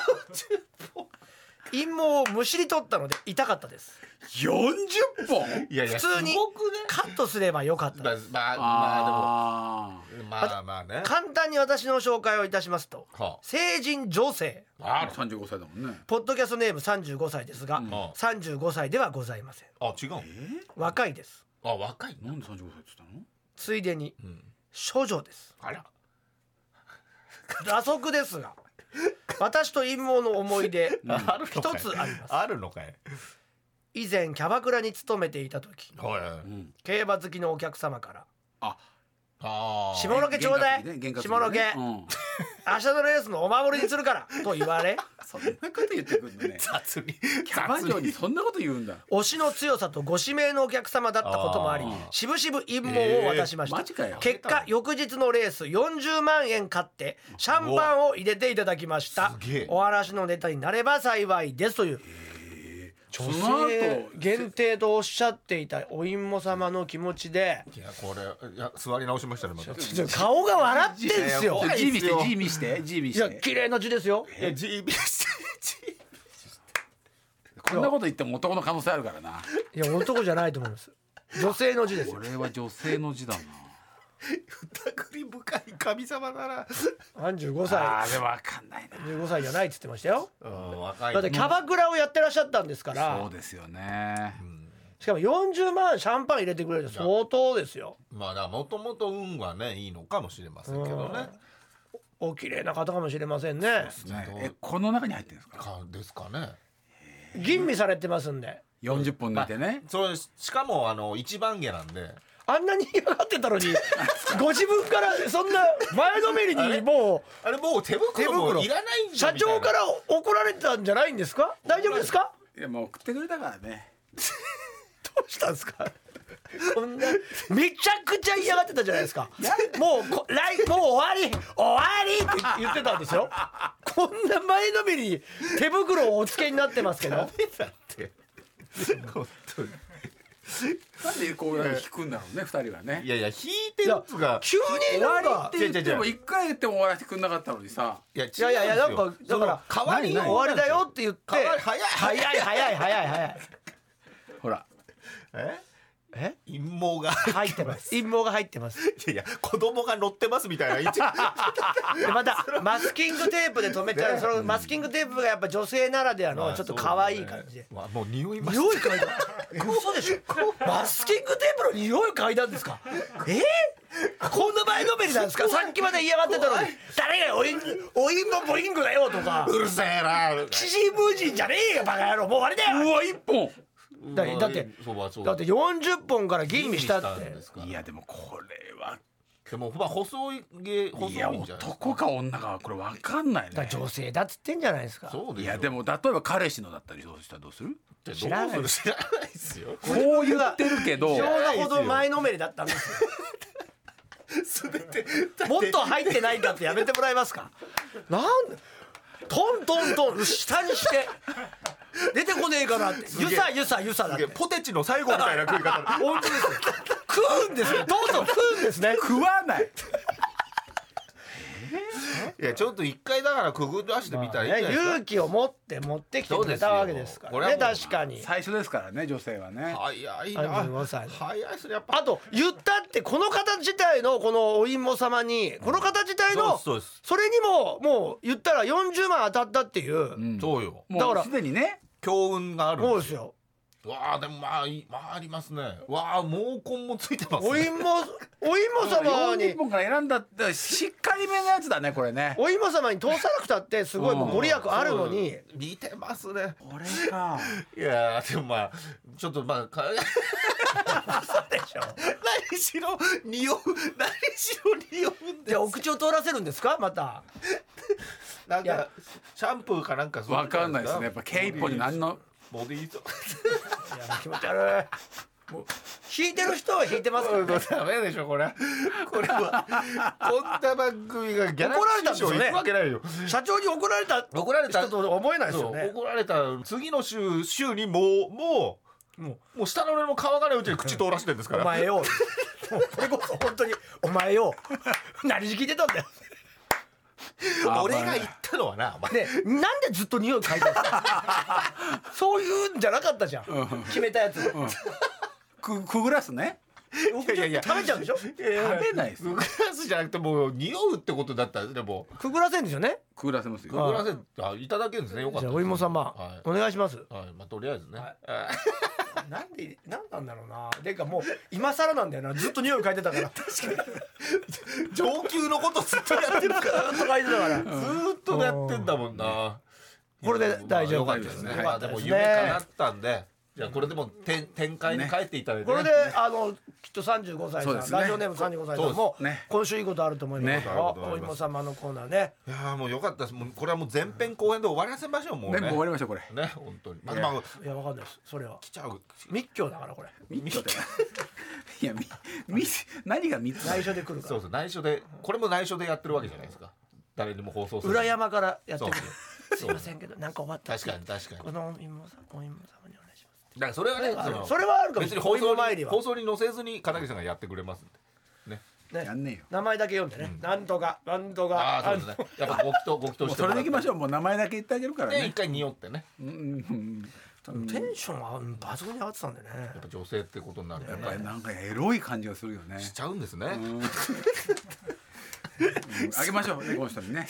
[SPEAKER 2] 陰謀をむしり取ったので痛かったです
[SPEAKER 4] 40本
[SPEAKER 3] いやいや
[SPEAKER 2] 普通に
[SPEAKER 3] すごくね
[SPEAKER 2] カットすればよかった
[SPEAKER 3] まあ
[SPEAKER 2] です
[SPEAKER 3] まあまあ
[SPEAKER 4] あ
[SPEAKER 3] でもまあまあね
[SPEAKER 2] 簡単に私の紹介をいたしますと
[SPEAKER 3] は
[SPEAKER 2] 成人女性
[SPEAKER 3] あ
[SPEAKER 4] あ
[SPEAKER 3] あ
[SPEAKER 4] ー35歳だもんね
[SPEAKER 2] ポッドキャストネーム35歳ですが、
[SPEAKER 4] うん
[SPEAKER 2] 35歳ではございません
[SPEAKER 3] あ違うの
[SPEAKER 2] 若いです
[SPEAKER 3] あ若いの
[SPEAKER 4] なんで35歳って言ったの
[SPEAKER 2] ついでに
[SPEAKER 3] うん
[SPEAKER 2] 処女です
[SPEAKER 3] あら
[SPEAKER 2] 打足ですが私と陰謀の思い出
[SPEAKER 3] あるの
[SPEAKER 2] 一
[SPEAKER 3] かい
[SPEAKER 2] つあります
[SPEAKER 3] あるのかい
[SPEAKER 2] 以前キャバクラに勤めていた時
[SPEAKER 3] はいはい
[SPEAKER 4] うん
[SPEAKER 2] 競馬好きのお客様から
[SPEAKER 4] あ
[SPEAKER 3] あ
[SPEAKER 2] 「
[SPEAKER 3] あ
[SPEAKER 2] 下の毛ちょうだい、
[SPEAKER 4] ね験担ぎね
[SPEAKER 2] 下の毛、
[SPEAKER 4] うん
[SPEAKER 2] 明日のレースのお守りにするから」と言われ
[SPEAKER 4] そんなこと言ってくるの ね
[SPEAKER 3] 雑に
[SPEAKER 4] キャバ嬢にそんなこと言うんだ
[SPEAKER 2] 推しの強さとご指名のお客様だったこともあり
[SPEAKER 3] あ
[SPEAKER 2] しぶしぶ陰謀を渡しました、
[SPEAKER 4] えーマジかよ
[SPEAKER 2] 結果翌日のレース40万円買ってシャンパンを入れていただきました
[SPEAKER 3] すげえ
[SPEAKER 2] お話のネタになれば幸いですという女
[SPEAKER 4] その
[SPEAKER 2] 性
[SPEAKER 4] 後
[SPEAKER 2] 限定とおっしゃっていたお陰謀様の気持ちで
[SPEAKER 3] いやこれいや座り直しましたねまた
[SPEAKER 2] ちょっと顔が笑ってんすよ
[SPEAKER 3] いやいや怖い
[SPEAKER 4] 字
[SPEAKER 3] っ
[SPEAKER 4] 見し
[SPEAKER 3] す
[SPEAKER 4] て
[SPEAKER 3] よ
[SPEAKER 4] 字見して字見
[SPEAKER 2] いや
[SPEAKER 4] して
[SPEAKER 2] 綺麗な字ですよ
[SPEAKER 3] え GB して
[SPEAKER 4] そんなこと言っても男の可能性あるからな。
[SPEAKER 2] いや男じゃないと思います女性の字ですよ
[SPEAKER 4] これは女性の字だな。
[SPEAKER 3] 疑り深い神様なら
[SPEAKER 2] 35
[SPEAKER 4] あ
[SPEAKER 2] 歳
[SPEAKER 4] れわかんないな。
[SPEAKER 2] 15歳じゃないっつってましたよ
[SPEAKER 3] うん若い
[SPEAKER 2] だってキャバクラをやってらっしゃったんですから
[SPEAKER 4] そうですよね。
[SPEAKER 2] しかも40万シャンパン入れてくれるって相当ですよ
[SPEAKER 3] まあだもともと運はねいいのかもしれませんけどね
[SPEAKER 2] お綺麗な方かもしれませんね
[SPEAKER 4] ねえこの中に入ってるんですか。
[SPEAKER 3] かですかね
[SPEAKER 2] 吟味されてますんで
[SPEAKER 4] 四十本抜いてね。
[SPEAKER 3] それしかもあの一番下なんで
[SPEAKER 2] あんなに嫌がってたのに ご自分からそんな前のめりにも
[SPEAKER 3] あれもう手袋もいらないん
[SPEAKER 2] う
[SPEAKER 3] じゃ
[SPEAKER 2] 社
[SPEAKER 3] ん
[SPEAKER 2] 長からら怒られてたんじゃないんですか大丈夫ですか
[SPEAKER 4] いやもう送ってくれたからね。
[SPEAKER 2] どうしたんですかこんなめちゃくちゃ嫌がってたじゃないですかもうこ来もう終わり終わりって言ってたんですよこんな前のめりに手袋をお付けになってますけど
[SPEAKER 3] だって本当に
[SPEAKER 4] なんでこう引くんだろうね、二人はね
[SPEAKER 3] い。やいや引いてるやつが
[SPEAKER 2] 急になんか
[SPEAKER 4] って言っても
[SPEAKER 3] 違う違う違う
[SPEAKER 4] 一回言っても終わらせてくんなかったのにさ。
[SPEAKER 3] いや
[SPEAKER 2] いやいやいやなんかだから
[SPEAKER 3] 代わり
[SPEAKER 2] 何何終わりだよって言って
[SPEAKER 3] 代わり早い
[SPEAKER 2] 早い早い早い早い
[SPEAKER 4] ほら。
[SPEAKER 3] え
[SPEAKER 2] え
[SPEAKER 3] 陰謀が
[SPEAKER 2] 入ってます陰謀が入ってます
[SPEAKER 3] いやいや子供が乗ってますみた いな一
[SPEAKER 2] でまたマスキングテープで止めちゃう、そのマスキングテープがやっぱ女性ならではのちょっと可愛い感じで、
[SPEAKER 3] まあもう匂いました
[SPEAKER 2] 匂い嗅いだ 嘘でしょマスキングテープの匂い嗅いだんですかえー、こんな前のめりなんですかさっきまで嫌がってたのに誰がおいんおいんのボイングだよとか
[SPEAKER 3] うるせえな
[SPEAKER 2] 知事無人じゃねえよバカ野郎もう終わりだよ
[SPEAKER 4] うわ一本。
[SPEAKER 2] だだって
[SPEAKER 3] そうだそう
[SPEAKER 2] だって40本から吟味したっ
[SPEAKER 3] ん
[SPEAKER 2] て
[SPEAKER 3] ですから
[SPEAKER 4] いやでもこれは。
[SPEAKER 3] でもまあ細いげ細いん
[SPEAKER 4] い
[SPEAKER 3] じゃ
[SPEAKER 4] や
[SPEAKER 3] ないですか
[SPEAKER 4] 男か女かはこれわかんない
[SPEAKER 2] だから
[SPEAKER 4] ね。
[SPEAKER 2] 女性だっつってんじゃないですか
[SPEAKER 3] そうです
[SPEAKER 4] い
[SPEAKER 3] よ
[SPEAKER 4] やでも例えば彼氏のだったりそうしたらどうする？
[SPEAKER 3] どうす
[SPEAKER 2] 知
[SPEAKER 3] る
[SPEAKER 2] らない
[SPEAKER 3] 知らないですよ
[SPEAKER 4] こう言ってるけど
[SPEAKER 2] 異。常なほど前のめりだったんです
[SPEAKER 3] すべて
[SPEAKER 2] よ もっと入ってないかってやめてもらえますかなんトントントン下にして出てこねえからってゆさゆさゆさだって
[SPEAKER 3] ポテチの最後みたいな食い方
[SPEAKER 2] 本当ですよ食うんですよどうぞ食うんですね
[SPEAKER 4] 食わない。
[SPEAKER 3] いやちょっと一回だからくぐらしてみたらいいんじゃないですか
[SPEAKER 2] 勇気を持って持ってきてくれたわけですからね
[SPEAKER 3] そうです
[SPEAKER 2] 確
[SPEAKER 3] よ
[SPEAKER 2] かに
[SPEAKER 4] 最初ですからね女性はね。
[SPEAKER 3] 早いな
[SPEAKER 2] 35歳
[SPEAKER 3] 早いですねやっぱ
[SPEAKER 2] あと言ったってこの方自体のこのお芋様にこの方自体の
[SPEAKER 3] そうですそ
[SPEAKER 2] そ
[SPEAKER 3] うです
[SPEAKER 2] れにももう言ったら40万当たったっていう
[SPEAKER 4] うん
[SPEAKER 3] そうよ
[SPEAKER 2] だか
[SPEAKER 4] も
[SPEAKER 2] ら
[SPEAKER 4] うすでにね。
[SPEAKER 3] 強運があるん
[SPEAKER 2] もうで
[SPEAKER 3] で
[SPEAKER 2] すすよ
[SPEAKER 3] よわあでもまあいまあありますねわあ毛根もついてます
[SPEAKER 2] お
[SPEAKER 3] ね
[SPEAKER 2] 芋お芋様
[SPEAKER 4] 40
[SPEAKER 2] に
[SPEAKER 4] 本から選んだってしっかりめのやつだねこれね。
[SPEAKER 2] お芋様に通さなくたってすごいもうご利益あるのに
[SPEAKER 3] そう似てますね
[SPEAKER 4] これか。
[SPEAKER 3] いやーでもまあちょっとまあか
[SPEAKER 2] でしょ
[SPEAKER 3] 何しろ匂う何しろ匂うんで
[SPEAKER 2] でお口を通らせるんですかまた
[SPEAKER 3] なん
[SPEAKER 2] いや
[SPEAKER 3] かシャンプーかなんかそうう
[SPEAKER 4] わ
[SPEAKER 3] の
[SPEAKER 4] かんないですね。やっぱ毛一本に何の。
[SPEAKER 3] ボディーソー
[SPEAKER 2] いやもう気持ち悪いもう引いてる人は引いてますからね
[SPEAKER 3] プダメでしょこれこれはこんな番組がギャラ
[SPEAKER 2] 怒られたん
[SPEAKER 3] ク
[SPEAKER 2] でし
[SPEAKER 3] シー
[SPEAKER 2] ょう
[SPEAKER 3] 賞
[SPEAKER 2] ね
[SPEAKER 3] 行くわけないよ
[SPEAKER 2] 社長に怒られた
[SPEAKER 3] 怒られた
[SPEAKER 2] 人と思えないですよ
[SPEAKER 3] そう
[SPEAKER 2] ね
[SPEAKER 3] 怒られた次の週週にもうも
[SPEAKER 2] もう
[SPEAKER 3] うもう下の根も乾かないうちに口通らしてるんですか
[SPEAKER 2] お
[SPEAKER 3] ら
[SPEAKER 2] 前 よもうこれこそ本当にお前よ何時聞いてたんだよ
[SPEAKER 3] 俺が言
[SPEAKER 4] い
[SPEAKER 3] ったのはなお前
[SPEAKER 2] ねえなんでずっと匂い嗅いでる のそういうんじゃなかったじゃん、決めたやつ、
[SPEAKER 4] くくぐらすね。
[SPEAKER 3] いやいや
[SPEAKER 2] 食べちゃうでしょ
[SPEAKER 4] 食べないで す
[SPEAKER 3] グ。ラスじゃなくてもう匂うってことだったらでも
[SPEAKER 2] くぐらせんですよね
[SPEAKER 4] くぐらせます
[SPEAKER 3] グ
[SPEAKER 4] よ。
[SPEAKER 3] ラスあいただけるんですねよかっ
[SPEAKER 2] じ
[SPEAKER 3] た
[SPEAKER 2] ゃあお芋様、
[SPEAKER 3] はい
[SPEAKER 2] お願いします
[SPEAKER 3] はい、まあ、とりあえずね。
[SPEAKER 2] なんでなんなんだろうなてかもう今更なんだよなずっと匂い嗅いでたから確か
[SPEAKER 3] 上級のことずっとやってるから。
[SPEAKER 2] にずっと嗅いでたから
[SPEAKER 3] ずーっとやってんだもんな。
[SPEAKER 2] これで大丈夫
[SPEAKER 3] まあよかったですね。
[SPEAKER 4] はい
[SPEAKER 3] まあ、でも夢叶ったんで。じゃあこれでも展展開に帰っていただいて
[SPEAKER 2] こ
[SPEAKER 3] ね、
[SPEAKER 2] れであのきっと35歳
[SPEAKER 4] そ
[SPEAKER 2] さ
[SPEAKER 4] うで
[SPEAKER 2] ん、
[SPEAKER 4] すね
[SPEAKER 2] ラジオネーム35歳さん
[SPEAKER 3] そ
[SPEAKER 2] も、
[SPEAKER 4] うですね
[SPEAKER 2] 今週いいことあると思いますよ、
[SPEAKER 3] ね
[SPEAKER 2] お芋様のコーナーね
[SPEAKER 3] いやーもうよかったですもうこれはもう前編後編で終わらせましょうもうね
[SPEAKER 4] ねもう終わりましょうこれ。
[SPEAKER 3] ね本当にまあ、まあ、
[SPEAKER 2] いやわかんないですそれは
[SPEAKER 3] 来ちゃう
[SPEAKER 2] 密教だからこれ
[SPEAKER 4] ミットで。いやみみ何が三つ。
[SPEAKER 2] 内緒で来るか
[SPEAKER 3] そうそう内緒でこれも内緒でやってるわけじゃないですか誰にも放送す
[SPEAKER 2] ら
[SPEAKER 3] る
[SPEAKER 2] 裏山からやって
[SPEAKER 3] そう
[SPEAKER 2] くるすい
[SPEAKER 3] そう
[SPEAKER 2] ませんけどなんか終わった
[SPEAKER 3] 確かに確かに
[SPEAKER 2] このお芋さんお芋様にお願いしま
[SPEAKER 3] だからそれはね
[SPEAKER 2] ある
[SPEAKER 3] の
[SPEAKER 2] それはあるかもし
[SPEAKER 3] 別
[SPEAKER 2] れない
[SPEAKER 3] に放
[SPEAKER 2] お
[SPEAKER 3] 送
[SPEAKER 2] 芋参り
[SPEAKER 3] に
[SPEAKER 2] は
[SPEAKER 3] 放送に載せずに片桐さんがやってくれますんで
[SPEAKER 2] すね
[SPEAKER 4] やんねえよ。
[SPEAKER 2] 名前だけ読んでね、なんとかなんとか
[SPEAKER 3] ああそうですねやっぱご祈祷ご祈祷
[SPEAKER 4] もう
[SPEAKER 3] して
[SPEAKER 4] それでいきまし
[SPEAKER 3] ょ
[SPEAKER 4] ょう。もう名前だけ言ってあげるから
[SPEAKER 3] ね一
[SPEAKER 4] ね。
[SPEAKER 3] 回匂ってね
[SPEAKER 4] うんうんうん
[SPEAKER 2] 多分テンションは抜群に上がってたんでね
[SPEAKER 3] やっぱ女性ってことになるよ
[SPEAKER 4] やっぱり
[SPEAKER 3] ね
[SPEAKER 4] なんかエロい感じがするよ ね
[SPEAKER 3] しちゃうんですね、
[SPEAKER 4] うんあげましょうねこの人にね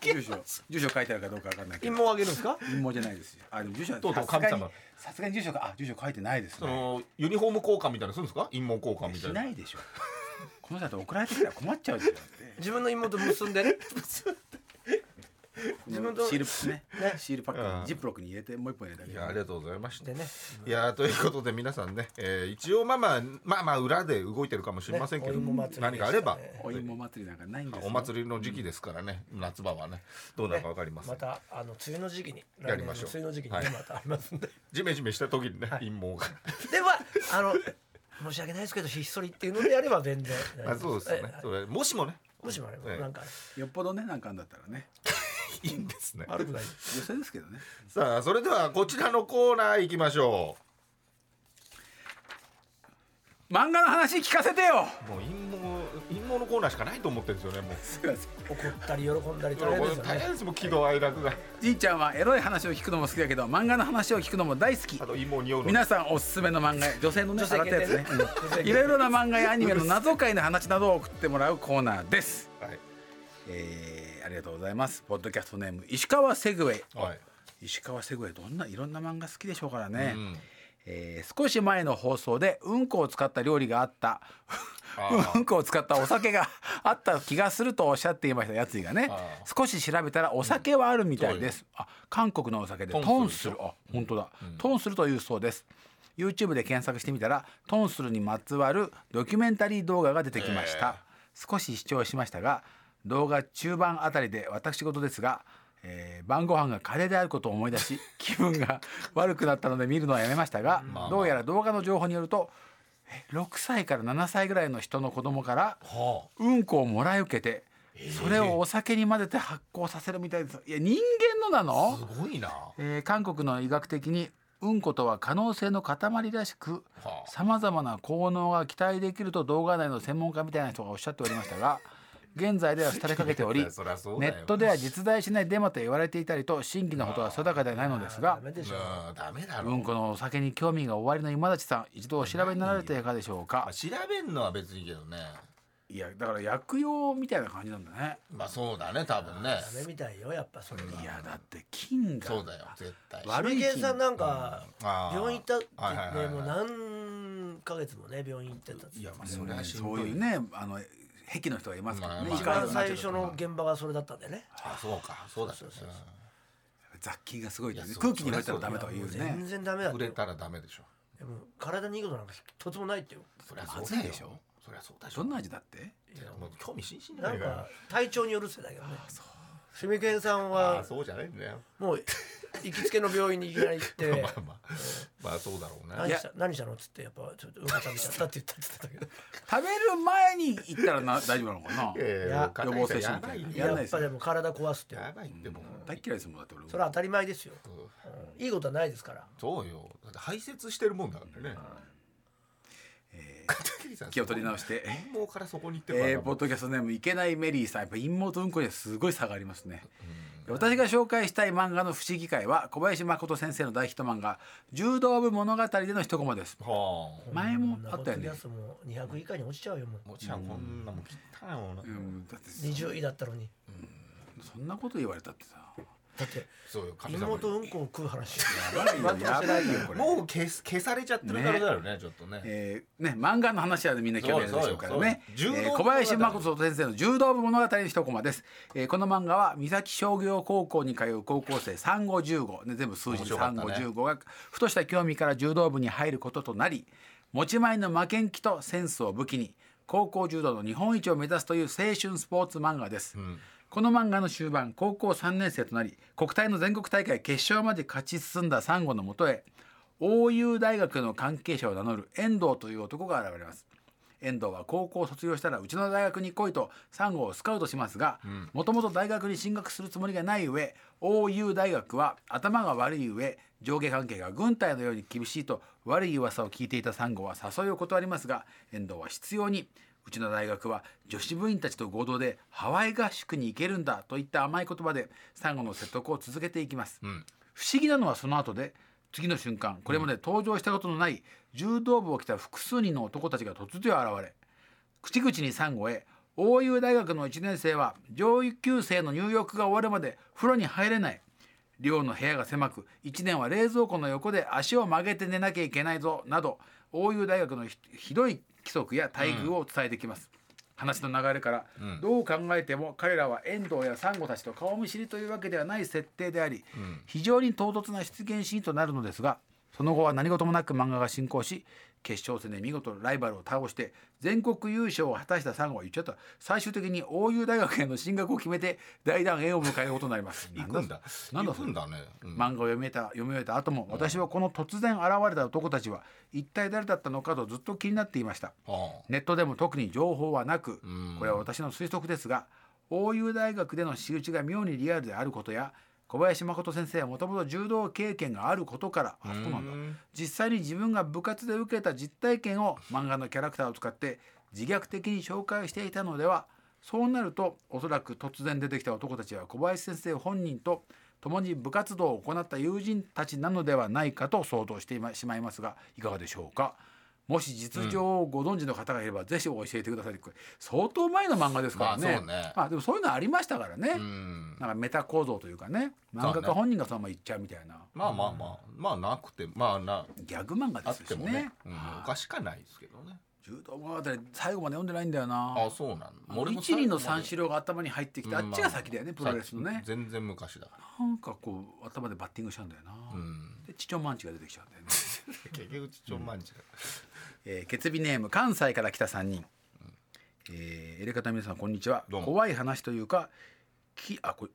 [SPEAKER 4] 住所住所書いてあるかどうかわかんないけ
[SPEAKER 2] 陰
[SPEAKER 4] ど
[SPEAKER 2] 謀を上げるんですか
[SPEAKER 4] 陰謀じゃないですよあでも住所は
[SPEAKER 3] とうとう
[SPEAKER 4] さすが
[SPEAKER 3] 神
[SPEAKER 4] に
[SPEAKER 3] 様
[SPEAKER 4] さすがに住所があ住所書いてないです
[SPEAKER 3] そ
[SPEAKER 4] ね
[SPEAKER 3] のユニフォーム交換みたいなのするんですか陰謀交換み
[SPEAKER 4] した
[SPEAKER 3] いな
[SPEAKER 4] ないでしょこの人だと送られてきたら困っち ゃうじゃんだって
[SPEAKER 2] 自分の妹結んでね自分と
[SPEAKER 4] シールね
[SPEAKER 2] ね
[SPEAKER 4] シールパック
[SPEAKER 3] うん
[SPEAKER 4] にジップロックに入れてもう一本入れたけ
[SPEAKER 3] い
[SPEAKER 4] ど
[SPEAKER 3] やありがとうございました
[SPEAKER 2] でね
[SPEAKER 3] いやーということで皆さんね、えー一応まあまあまあまあ裏で動いてるかもしれませんけど、
[SPEAKER 2] ねお芋祭りでしたね
[SPEAKER 3] 何かあれば
[SPEAKER 4] お芋祭りなんかないんですよ
[SPEAKER 3] お祭りの時期ですからね、夏場はねどうなるかわかりません、
[SPEAKER 2] またあの梅雨の時期に
[SPEAKER 3] やりましょう
[SPEAKER 2] 来年の梅雨の時期にねまたありますんで、
[SPEAKER 3] ジメジメした時にね、陰謀が
[SPEAKER 2] ではあの 申し訳ないですけどひっそりっていうのでやれば全然
[SPEAKER 3] あそうですよね
[SPEAKER 2] え
[SPEAKER 3] それもしもね
[SPEAKER 2] もしもあれば、
[SPEAKER 3] ええ
[SPEAKER 2] なんか
[SPEAKER 4] よっぽどねなんかあんだったらね
[SPEAKER 3] いいんですね
[SPEAKER 2] 悪くない
[SPEAKER 4] 女性ですけどね
[SPEAKER 3] さあそれではこちらのコーナー行きましょ
[SPEAKER 4] 漫画の話聞かせて よ
[SPEAKER 3] うもう陰謀陰謀のコーナーしかないと思ってるんですよねもう
[SPEAKER 4] すいません
[SPEAKER 2] 怒ったり喜んだり大変ですよ
[SPEAKER 3] 大
[SPEAKER 2] ね
[SPEAKER 3] 変ですもう喜怒哀楽が
[SPEAKER 4] じいちゃんはエロい話を聞くのも好きだけど漫画の話を聞くのも大好き
[SPEAKER 3] あと陰謀におうの
[SPEAKER 4] 皆さんおすすめの漫画や女性のね
[SPEAKER 2] 女性
[SPEAKER 4] 洗ったやつね
[SPEAKER 2] 系ね
[SPEAKER 4] うんいろいろな漫画やアニメの謎解の話などを送ってもらうコーナーです、
[SPEAKER 3] はい
[SPEAKER 4] えー、ありがとうございますポッドキャストネーム石川セグウェイ
[SPEAKER 3] はい
[SPEAKER 4] 石川セグウェイどんないろんな漫画好きでしょうからね、
[SPEAKER 3] うん
[SPEAKER 4] えー少し前の放送でうんこを使った料理があった
[SPEAKER 3] あ
[SPEAKER 4] うんこを使ったお酒が あった気がするとおっしゃっていましたやついがね
[SPEAKER 3] あ
[SPEAKER 4] 少し調べたらお酒はあるみたいです、あ韓国のお酒でト
[SPEAKER 3] ト
[SPEAKER 4] ン
[SPEAKER 3] ン
[SPEAKER 4] ス
[SPEAKER 3] ス
[SPEAKER 4] ル
[SPEAKER 3] ル
[SPEAKER 4] あ本当だ、トンスルというそうです YouTube で検索してみたらトンスルにまつわるドキュメンタリー動画が出てきました、少し視聴しましたが動画中盤あたりで私事ですが、えー晩ご飯がカレーであることを思い出し 気分が悪くなったので見るのはやめましたが、
[SPEAKER 3] まあ
[SPEAKER 4] どうやら動画の情報によるとえ6歳から7歳ぐらいの人の子供から
[SPEAKER 3] はあ
[SPEAKER 4] うんこをもらい受けてそれをお酒に混ぜて発酵させるみたいですいや人間のなの
[SPEAKER 3] す、ごいな
[SPEAKER 4] えー韓国の医学的にうんことは可能性の塊らしく
[SPEAKER 3] はあ
[SPEAKER 4] さまざまな効能が期待できると動画内の専門家みたいな人がおっしゃっておりました が現在では廃れかけてお
[SPEAKER 3] い
[SPEAKER 4] り
[SPEAKER 3] やそりゃそうだ
[SPEAKER 4] ネ
[SPEAKER 3] よ
[SPEAKER 4] ットでは実在しないデマと言われていたりと真偽のことは定かではないのですが
[SPEAKER 2] ダメでしょ
[SPEAKER 3] うんダメだろ
[SPEAKER 4] うんこのお酒に興味がおありの今立さん一度お調べになられていかがでしょう
[SPEAKER 3] ま
[SPEAKER 4] か
[SPEAKER 3] あ、調べんのは別にいいけどね
[SPEAKER 4] いやだから薬用みたいな感じなんだね
[SPEAKER 3] まあそうだね多分ね
[SPEAKER 2] ダメみたいよやっぱそれはい
[SPEAKER 4] やだって菌が
[SPEAKER 3] そうだよ絶対
[SPEAKER 2] 悪いさんなんか
[SPEAKER 3] あー
[SPEAKER 2] 病院行ったって
[SPEAKER 3] はいはいはい
[SPEAKER 2] ね
[SPEAKER 3] はい
[SPEAKER 2] もう何ヶ月もね病院行ってたって
[SPEAKER 3] いやまあ
[SPEAKER 4] そ
[SPEAKER 3] それ
[SPEAKER 4] う
[SPEAKER 3] は
[SPEAKER 4] ね
[SPEAKER 3] しん
[SPEAKER 4] そ
[SPEAKER 3] ど
[SPEAKER 4] うい
[SPEAKER 3] いう
[SPEAKER 4] ねあの癖の人がいますからね、
[SPEAKER 3] まあ
[SPEAKER 2] 一
[SPEAKER 3] まあ
[SPEAKER 2] 番最初の現場がそれだったんでね
[SPEAKER 3] あそうかそうだよね
[SPEAKER 4] 雑菌がすごいです
[SPEAKER 3] い
[SPEAKER 4] ね
[SPEAKER 3] やそう
[SPEAKER 4] 空気に触れたらダメとは言う
[SPEAKER 2] いやもう
[SPEAKER 4] ね
[SPEAKER 2] 全然ダメだっ
[SPEAKER 3] 触
[SPEAKER 2] て
[SPEAKER 3] れ
[SPEAKER 2] よ
[SPEAKER 3] たらダメでしょ
[SPEAKER 2] でも体にいいことなんか一つもないってよ
[SPEAKER 3] そりゃ
[SPEAKER 4] ま
[SPEAKER 3] そう
[SPEAKER 4] ず
[SPEAKER 3] だ
[SPEAKER 4] い
[SPEAKER 3] よ
[SPEAKER 4] でしょ
[SPEAKER 3] そりゃそうだしょ
[SPEAKER 4] どんな味だって
[SPEAKER 3] いやもう興味津々じ
[SPEAKER 2] な
[SPEAKER 3] ゃなんいかよ
[SPEAKER 2] か体調によるせいだけどねシミケンさん
[SPEAKER 3] あ
[SPEAKER 2] は
[SPEAKER 3] あそうじゃないんだよ
[SPEAKER 2] もう行きつけの病院にいきなり行って
[SPEAKER 3] まあまあまあそうだろう
[SPEAKER 2] 何
[SPEAKER 3] ね
[SPEAKER 2] した何したのっつってやっぱちょっとうんこ食べちゃったって言ったって言ってたけ
[SPEAKER 4] 食べる前に行ったらな大丈夫なのかない
[SPEAKER 3] やいや
[SPEAKER 4] 予防接種み
[SPEAKER 3] や
[SPEAKER 4] た
[SPEAKER 3] ば
[SPEAKER 4] い
[SPEAKER 3] い
[SPEAKER 4] な
[SPEAKER 3] ね
[SPEAKER 2] どや
[SPEAKER 4] やんない
[SPEAKER 2] っ
[SPEAKER 4] です
[SPEAKER 2] ぱ
[SPEAKER 4] よ
[SPEAKER 2] でも体壊すって
[SPEAKER 3] やばいってもう
[SPEAKER 4] 大っ嫌いですもんだって俺
[SPEAKER 2] それは当たり前ですよ
[SPEAKER 3] そう
[SPEAKER 2] いいことはないですから
[SPEAKER 3] そうよだって排泄してるもんだからね片桐さん
[SPEAKER 4] 気を取り直して
[SPEAKER 3] 陰謀からそこに行ってるから
[SPEAKER 4] えー、
[SPEAKER 3] な
[SPEAKER 4] ポッドキャストネームいけないメリーさんやっぱ陰謀とうんこにはすごい差がありますね、私が紹介したい漫画の不思議会は小林誠先生の大ヒット漫画柔道部物語での一コマです
[SPEAKER 3] はあ
[SPEAKER 4] 前もあった
[SPEAKER 2] ポッ
[SPEAKER 4] よね
[SPEAKER 2] ドキャストも200以下に落ちちゃうよもう
[SPEAKER 3] もちろんこんなもん汚いもんな、
[SPEAKER 4] うんだってそ
[SPEAKER 2] 20位だったのに
[SPEAKER 4] そんなこと言われたって さ
[SPEAKER 2] だって
[SPEAKER 3] そうよ神様
[SPEAKER 2] 妹うんこを食う話
[SPEAKER 4] やばいよやばいよこれ
[SPEAKER 3] もう消す消されちゃってるからだよねちょっとね、
[SPEAKER 4] えーね、漫画の話はみんな興味あるでしょうからね、え
[SPEAKER 3] そうそうそう
[SPEAKER 4] ー小林誠先生の柔道部物語の一コマです、えーこの漫画は三崎商業高校に通う高校生3 5 1 5、ね、全部数字
[SPEAKER 3] 面
[SPEAKER 4] で
[SPEAKER 3] 白かっ
[SPEAKER 4] 3
[SPEAKER 3] たね
[SPEAKER 4] 5 1 5がふとした興味から柔道部に入ることとなり持ち前の負けん気とセンスを武器に高校柔道の日本一を目指すという青春スポーツ漫画です、この漫画の終盤高校3年生となり国体の全国大会決勝まで勝ち進んだサンゴのもとへ応友大学の関係者を名乗る遠藤という男が現れます遠藤は高校を卒業したらうちの大学に来いとサンゴをスカウトしますがもともと大学に進学するつもりがない上 OU 大学は頭が悪い上上下関係が軍隊のように厳しいと悪い噂を聞いていたサンゴは誘いを断りますが遠藤は執拗にうちの大学は女子部員たちと合同でハワイ合宿に行けるんだといった甘い言葉でサンゴの説得を続けていきます、不思議なのはその後で次の瞬間これまで登場したことのない柔道部を着た複数人の男たちが突如現れ口々にサンゴへ大湯大学の1年生は上級生の入浴が終わるまで風呂に入れない寮の部屋が狭く1年は冷蔵庫の横で足を曲げて寝なきゃいけないぞなど大湯大学のひひどい規則や待遇を伝えてきます、話の流れから、どう考えても彼らは遠藤やサンゴたちと顔見知りというわけではない設定であり、非常に唐突な出現シーンとなるのですがその後は何事もなく漫画が進行し決勝戦で見事ライバルを倒して全国優勝を果たしたサンゴは言っちゃった最終的に大湯大学への進学を決めて大団円を迎えることになります
[SPEAKER 3] 行くんだ
[SPEAKER 4] なんだ
[SPEAKER 3] 行
[SPEAKER 4] そ
[SPEAKER 3] く
[SPEAKER 4] れ
[SPEAKER 3] んだね、うん
[SPEAKER 4] 漫画を読めた読み終えた後も私はこの突然現れた男たちは一体誰だったのかとずっと気になっていました
[SPEAKER 3] あ
[SPEAKER 4] ネットでも特に情報はなく
[SPEAKER 3] うん
[SPEAKER 4] これは私の推測ですが大湯大学での仕打ちが妙にリアルであることや小林誠先生はもともと柔道経験があることからあそうなんだ
[SPEAKER 3] うん
[SPEAKER 4] 実際に自分が部活で受けた実体験を漫画のキャラクターを使って自虐的に紹介していたのではそうなるとおそらく突然出てきた男たちは小林先生本人と共に部活動を行った友人たちなのではないかと想像していましまいますがいかがでしょうかもし実情をご存知の方がいれば、ぜひ教えてくださいこれ相当前の漫画ですからね,、
[SPEAKER 3] まあそうね
[SPEAKER 4] まあでもそういうのありましたからね、
[SPEAKER 3] うん
[SPEAKER 4] なんかメタ構造というかね漫画家本人がそのまま言っちゃうみたいな、
[SPEAKER 3] まあまあまあまあなくてまあな
[SPEAKER 4] ギャグ漫画
[SPEAKER 3] あ
[SPEAKER 4] で
[SPEAKER 3] っ
[SPEAKER 4] す
[SPEAKER 3] て
[SPEAKER 4] し
[SPEAKER 3] も
[SPEAKER 4] ね
[SPEAKER 3] ねうん、おかしかないですけどね
[SPEAKER 4] 柔道物語最後まで読んでないんだよな
[SPEAKER 3] あそうなんだ俺も
[SPEAKER 4] 一輪の
[SPEAKER 3] 最後ま
[SPEAKER 4] 三
[SPEAKER 3] で
[SPEAKER 4] 四郎が頭に入ってきて、あっちが先だよね、プロレスのね
[SPEAKER 3] 全然昔だか
[SPEAKER 4] なんかこう頭でバッティングしちゃうんだよな、
[SPEAKER 3] らうん
[SPEAKER 4] でチチョマンチが出てきちゃうんだよね、
[SPEAKER 3] 結局ちょんまんじだ
[SPEAKER 4] えー、ケツビネーム関西から来た三人、えー、エレカタの皆さんこんにちは
[SPEAKER 3] どうも
[SPEAKER 4] 怖い話というかきあこれ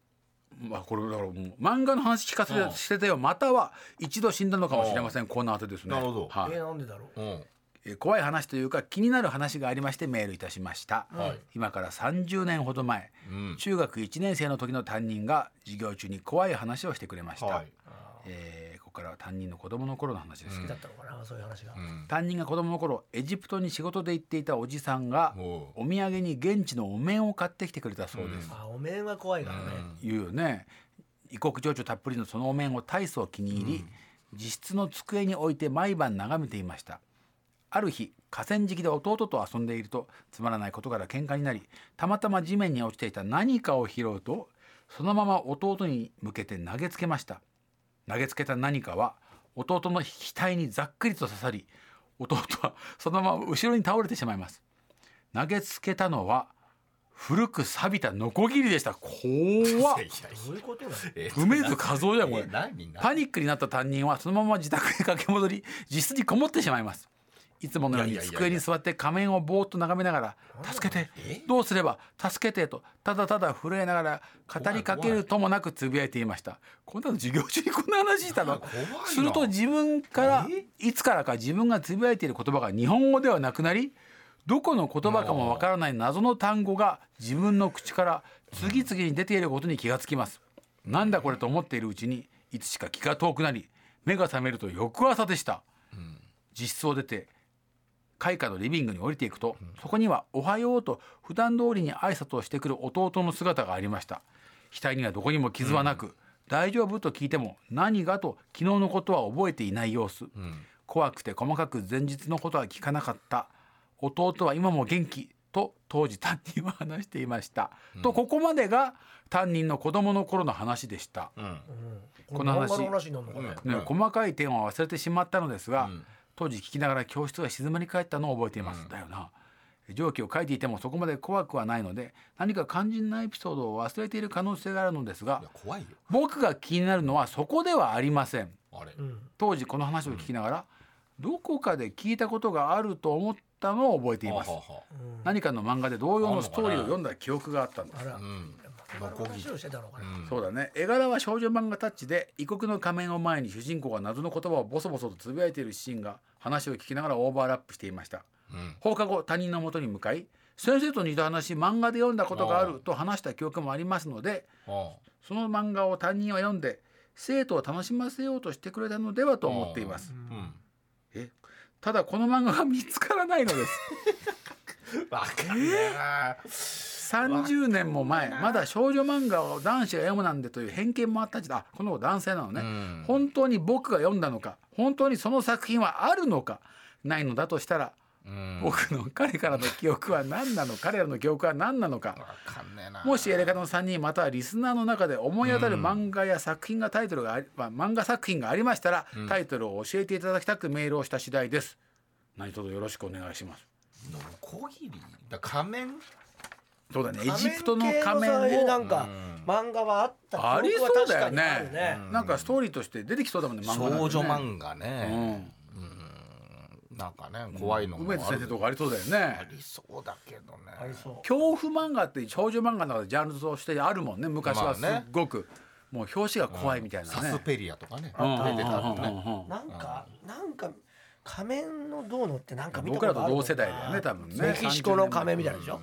[SPEAKER 4] まあこれだからもう漫画の話聞かせ
[SPEAKER 3] うん
[SPEAKER 4] てしてたよまたは一度死んだのかもしれませんコーナー当てですね
[SPEAKER 3] なるほど
[SPEAKER 4] はい
[SPEAKER 2] えーなんでだろう
[SPEAKER 3] うん
[SPEAKER 4] えー怖い話というか気になる話がありましてメールいたしました、
[SPEAKER 3] はい
[SPEAKER 4] 今から30年ほど前、
[SPEAKER 3] うん
[SPEAKER 4] 中学1年生の時の担任が授業中に怖い話をしてくれました、
[SPEAKER 3] はい
[SPEAKER 4] えーここからは担任の子供の頃の話ですけど、
[SPEAKER 2] だったのかなそういう話が、
[SPEAKER 3] うん
[SPEAKER 4] 担任が子供の頃エジプトに仕事で行っていたおじさんが
[SPEAKER 3] も
[SPEAKER 4] お土産に現地のお面を買ってきてくれたそうです、
[SPEAKER 2] あお面は怖いからね、
[SPEAKER 4] 言うよね異国情緒たっぷりのそのお面を大層気に入り、自室の机に置いて毎晩眺めていましたある日河川敷で弟と遊んでいるとつまらないことから喧嘩になりたまたま地面に落ちていた何かを拾うとそのまま弟に向けて投げつけました投げつけた何かは弟の額にざっくりと刺さり弟はそのまま後ろに倒れてしまいます投げつけたのは古く錆びたノコギリでした
[SPEAKER 3] う
[SPEAKER 4] 怖っ
[SPEAKER 3] いやいや
[SPEAKER 2] どういうことなの
[SPEAKER 3] え
[SPEAKER 4] 梅津和夫じゃんこれ
[SPEAKER 3] え何何
[SPEAKER 4] パニックになった担任はそのまま自宅へ駆け戻り自室にこもってしまいますいつものよう
[SPEAKER 3] い
[SPEAKER 4] に
[SPEAKER 3] やいやいやいや
[SPEAKER 4] 机に座って仮面をぼーっと眺めながら「助けてどうすれば助けて」とただただ震えながら語りかけるともなくつぶやいていましたこんなの授業中にこんな話したの
[SPEAKER 3] 怖いな
[SPEAKER 4] すると自分からいつからか自分がつぶやいている言葉が日本語ではなくなりどこの言葉かもわからない謎の単語が自分の口から次々に出ていることに気がつきます。なんだこれと思っているうちにいつしか気が遠くなり目が覚めると翌朝でした。実室を出て開花のリビングに降りていくと、そこには「おはよう」と普段通りに挨拶をしてくる弟の姿がありました額にはどこにも傷はなく「大丈夫?」と聞いても「何が?」と昨日のことは覚えていない様子、怖くて細かく前日のことは聞かなかった弟は今も元気と当時担任は話していました、とここまでが担任の子供の頃の話でした、
[SPEAKER 3] うん
[SPEAKER 2] うん、
[SPEAKER 4] この
[SPEAKER 2] 漫
[SPEAKER 4] 話
[SPEAKER 2] 画の話になるのかね、
[SPEAKER 3] うん
[SPEAKER 4] ね
[SPEAKER 3] はい
[SPEAKER 4] 細かい点は忘れてしまったのですが、
[SPEAKER 3] うん
[SPEAKER 4] 当時聞きながら教室が静まり返ったのを覚えています、だよな上記を書いていてもそこまで怖くはないので何か肝心なエピソードを忘れている可能性があるのですが
[SPEAKER 3] いや怖いよ
[SPEAKER 4] 僕が気になるのはそこではありません
[SPEAKER 3] あれ
[SPEAKER 2] うん
[SPEAKER 4] 当時この話を聞きながら、どこかで聞いたことがあると思ったのを覚えています
[SPEAKER 3] ははは
[SPEAKER 2] うん
[SPEAKER 4] 何かの漫画で同様のストーリーを読んだ記憶があったんです
[SPEAKER 2] あら、
[SPEAKER 3] うん
[SPEAKER 2] 漫画
[SPEAKER 3] ノコ
[SPEAKER 2] の
[SPEAKER 3] ギ
[SPEAKER 2] 話
[SPEAKER 3] リ
[SPEAKER 2] をしてたのかな、
[SPEAKER 4] そうだね絵柄は少女漫画タッチで異国の仮面を前に主人公が謎の言葉をボソボソとつぶやいているシーンが話を聞きながらオーバーラップしていました
[SPEAKER 3] うん
[SPEAKER 4] 放課後他人のもとに向かい先生と似た話漫画で読んだことがあると話した記憶もありますので
[SPEAKER 3] あ
[SPEAKER 4] その漫画を担任は読んで生徒を楽しませようとしてくれたのではと思っています
[SPEAKER 3] うん
[SPEAKER 4] ただこの漫画が見つからないのです
[SPEAKER 3] わかんねえな
[SPEAKER 4] 30年も前まだ少女漫画を男子が読むなんでという偏見もあった時代あこの子男性なのね、
[SPEAKER 3] ん
[SPEAKER 4] 本当に僕が読んだのか本当にその作品はあるのかないのだとしたら、
[SPEAKER 3] うんわ
[SPEAKER 4] 僕の彼からの記憶は何なの彼らの記憶は何なのか、
[SPEAKER 3] かんねえな
[SPEAKER 4] もしエレカタの3人またはリスナーの中で思い当たる漫画や作品がタイトルがあり、まあ、漫画作品がありましたら、タイトルを教えていただきたくメールをした次第です何卒よろしくお願いします
[SPEAKER 3] ノコギリだ仮面
[SPEAKER 4] そうだねエジプトの仮面
[SPEAKER 2] そういう
[SPEAKER 4] を
[SPEAKER 2] なんか漫画はあった記憶は
[SPEAKER 4] ありそうだ
[SPEAKER 2] 確か
[SPEAKER 4] よ
[SPEAKER 2] にある
[SPEAKER 4] ねなんかストーリーとして出てきそうだもんね漫画なんてね
[SPEAKER 3] 少女漫画
[SPEAKER 4] う
[SPEAKER 3] ね
[SPEAKER 4] ん
[SPEAKER 3] なんかね怖いのも
[SPEAKER 4] 梅津
[SPEAKER 3] あ
[SPEAKER 4] 先
[SPEAKER 3] る
[SPEAKER 4] 生とかありそうだよね
[SPEAKER 3] ありそうだけどね
[SPEAKER 2] ありそう
[SPEAKER 4] 恐怖漫画って少女漫画の中でジャンルとしてあるもんね昔はすっ
[SPEAKER 3] まあね
[SPEAKER 4] ごく、もう表紙が怖いみたいなね、
[SPEAKER 3] サスペリアとかね
[SPEAKER 4] うんうんうんうん
[SPEAKER 3] 出てたのね
[SPEAKER 4] うんうん
[SPEAKER 2] なんか、なんか仮面のどうのってなんか見たこ
[SPEAKER 4] 僕
[SPEAKER 2] とあ
[SPEAKER 4] ら
[SPEAKER 2] る
[SPEAKER 4] と同世代だよね多分ね
[SPEAKER 2] メキシコの仮面みたいなでしょ、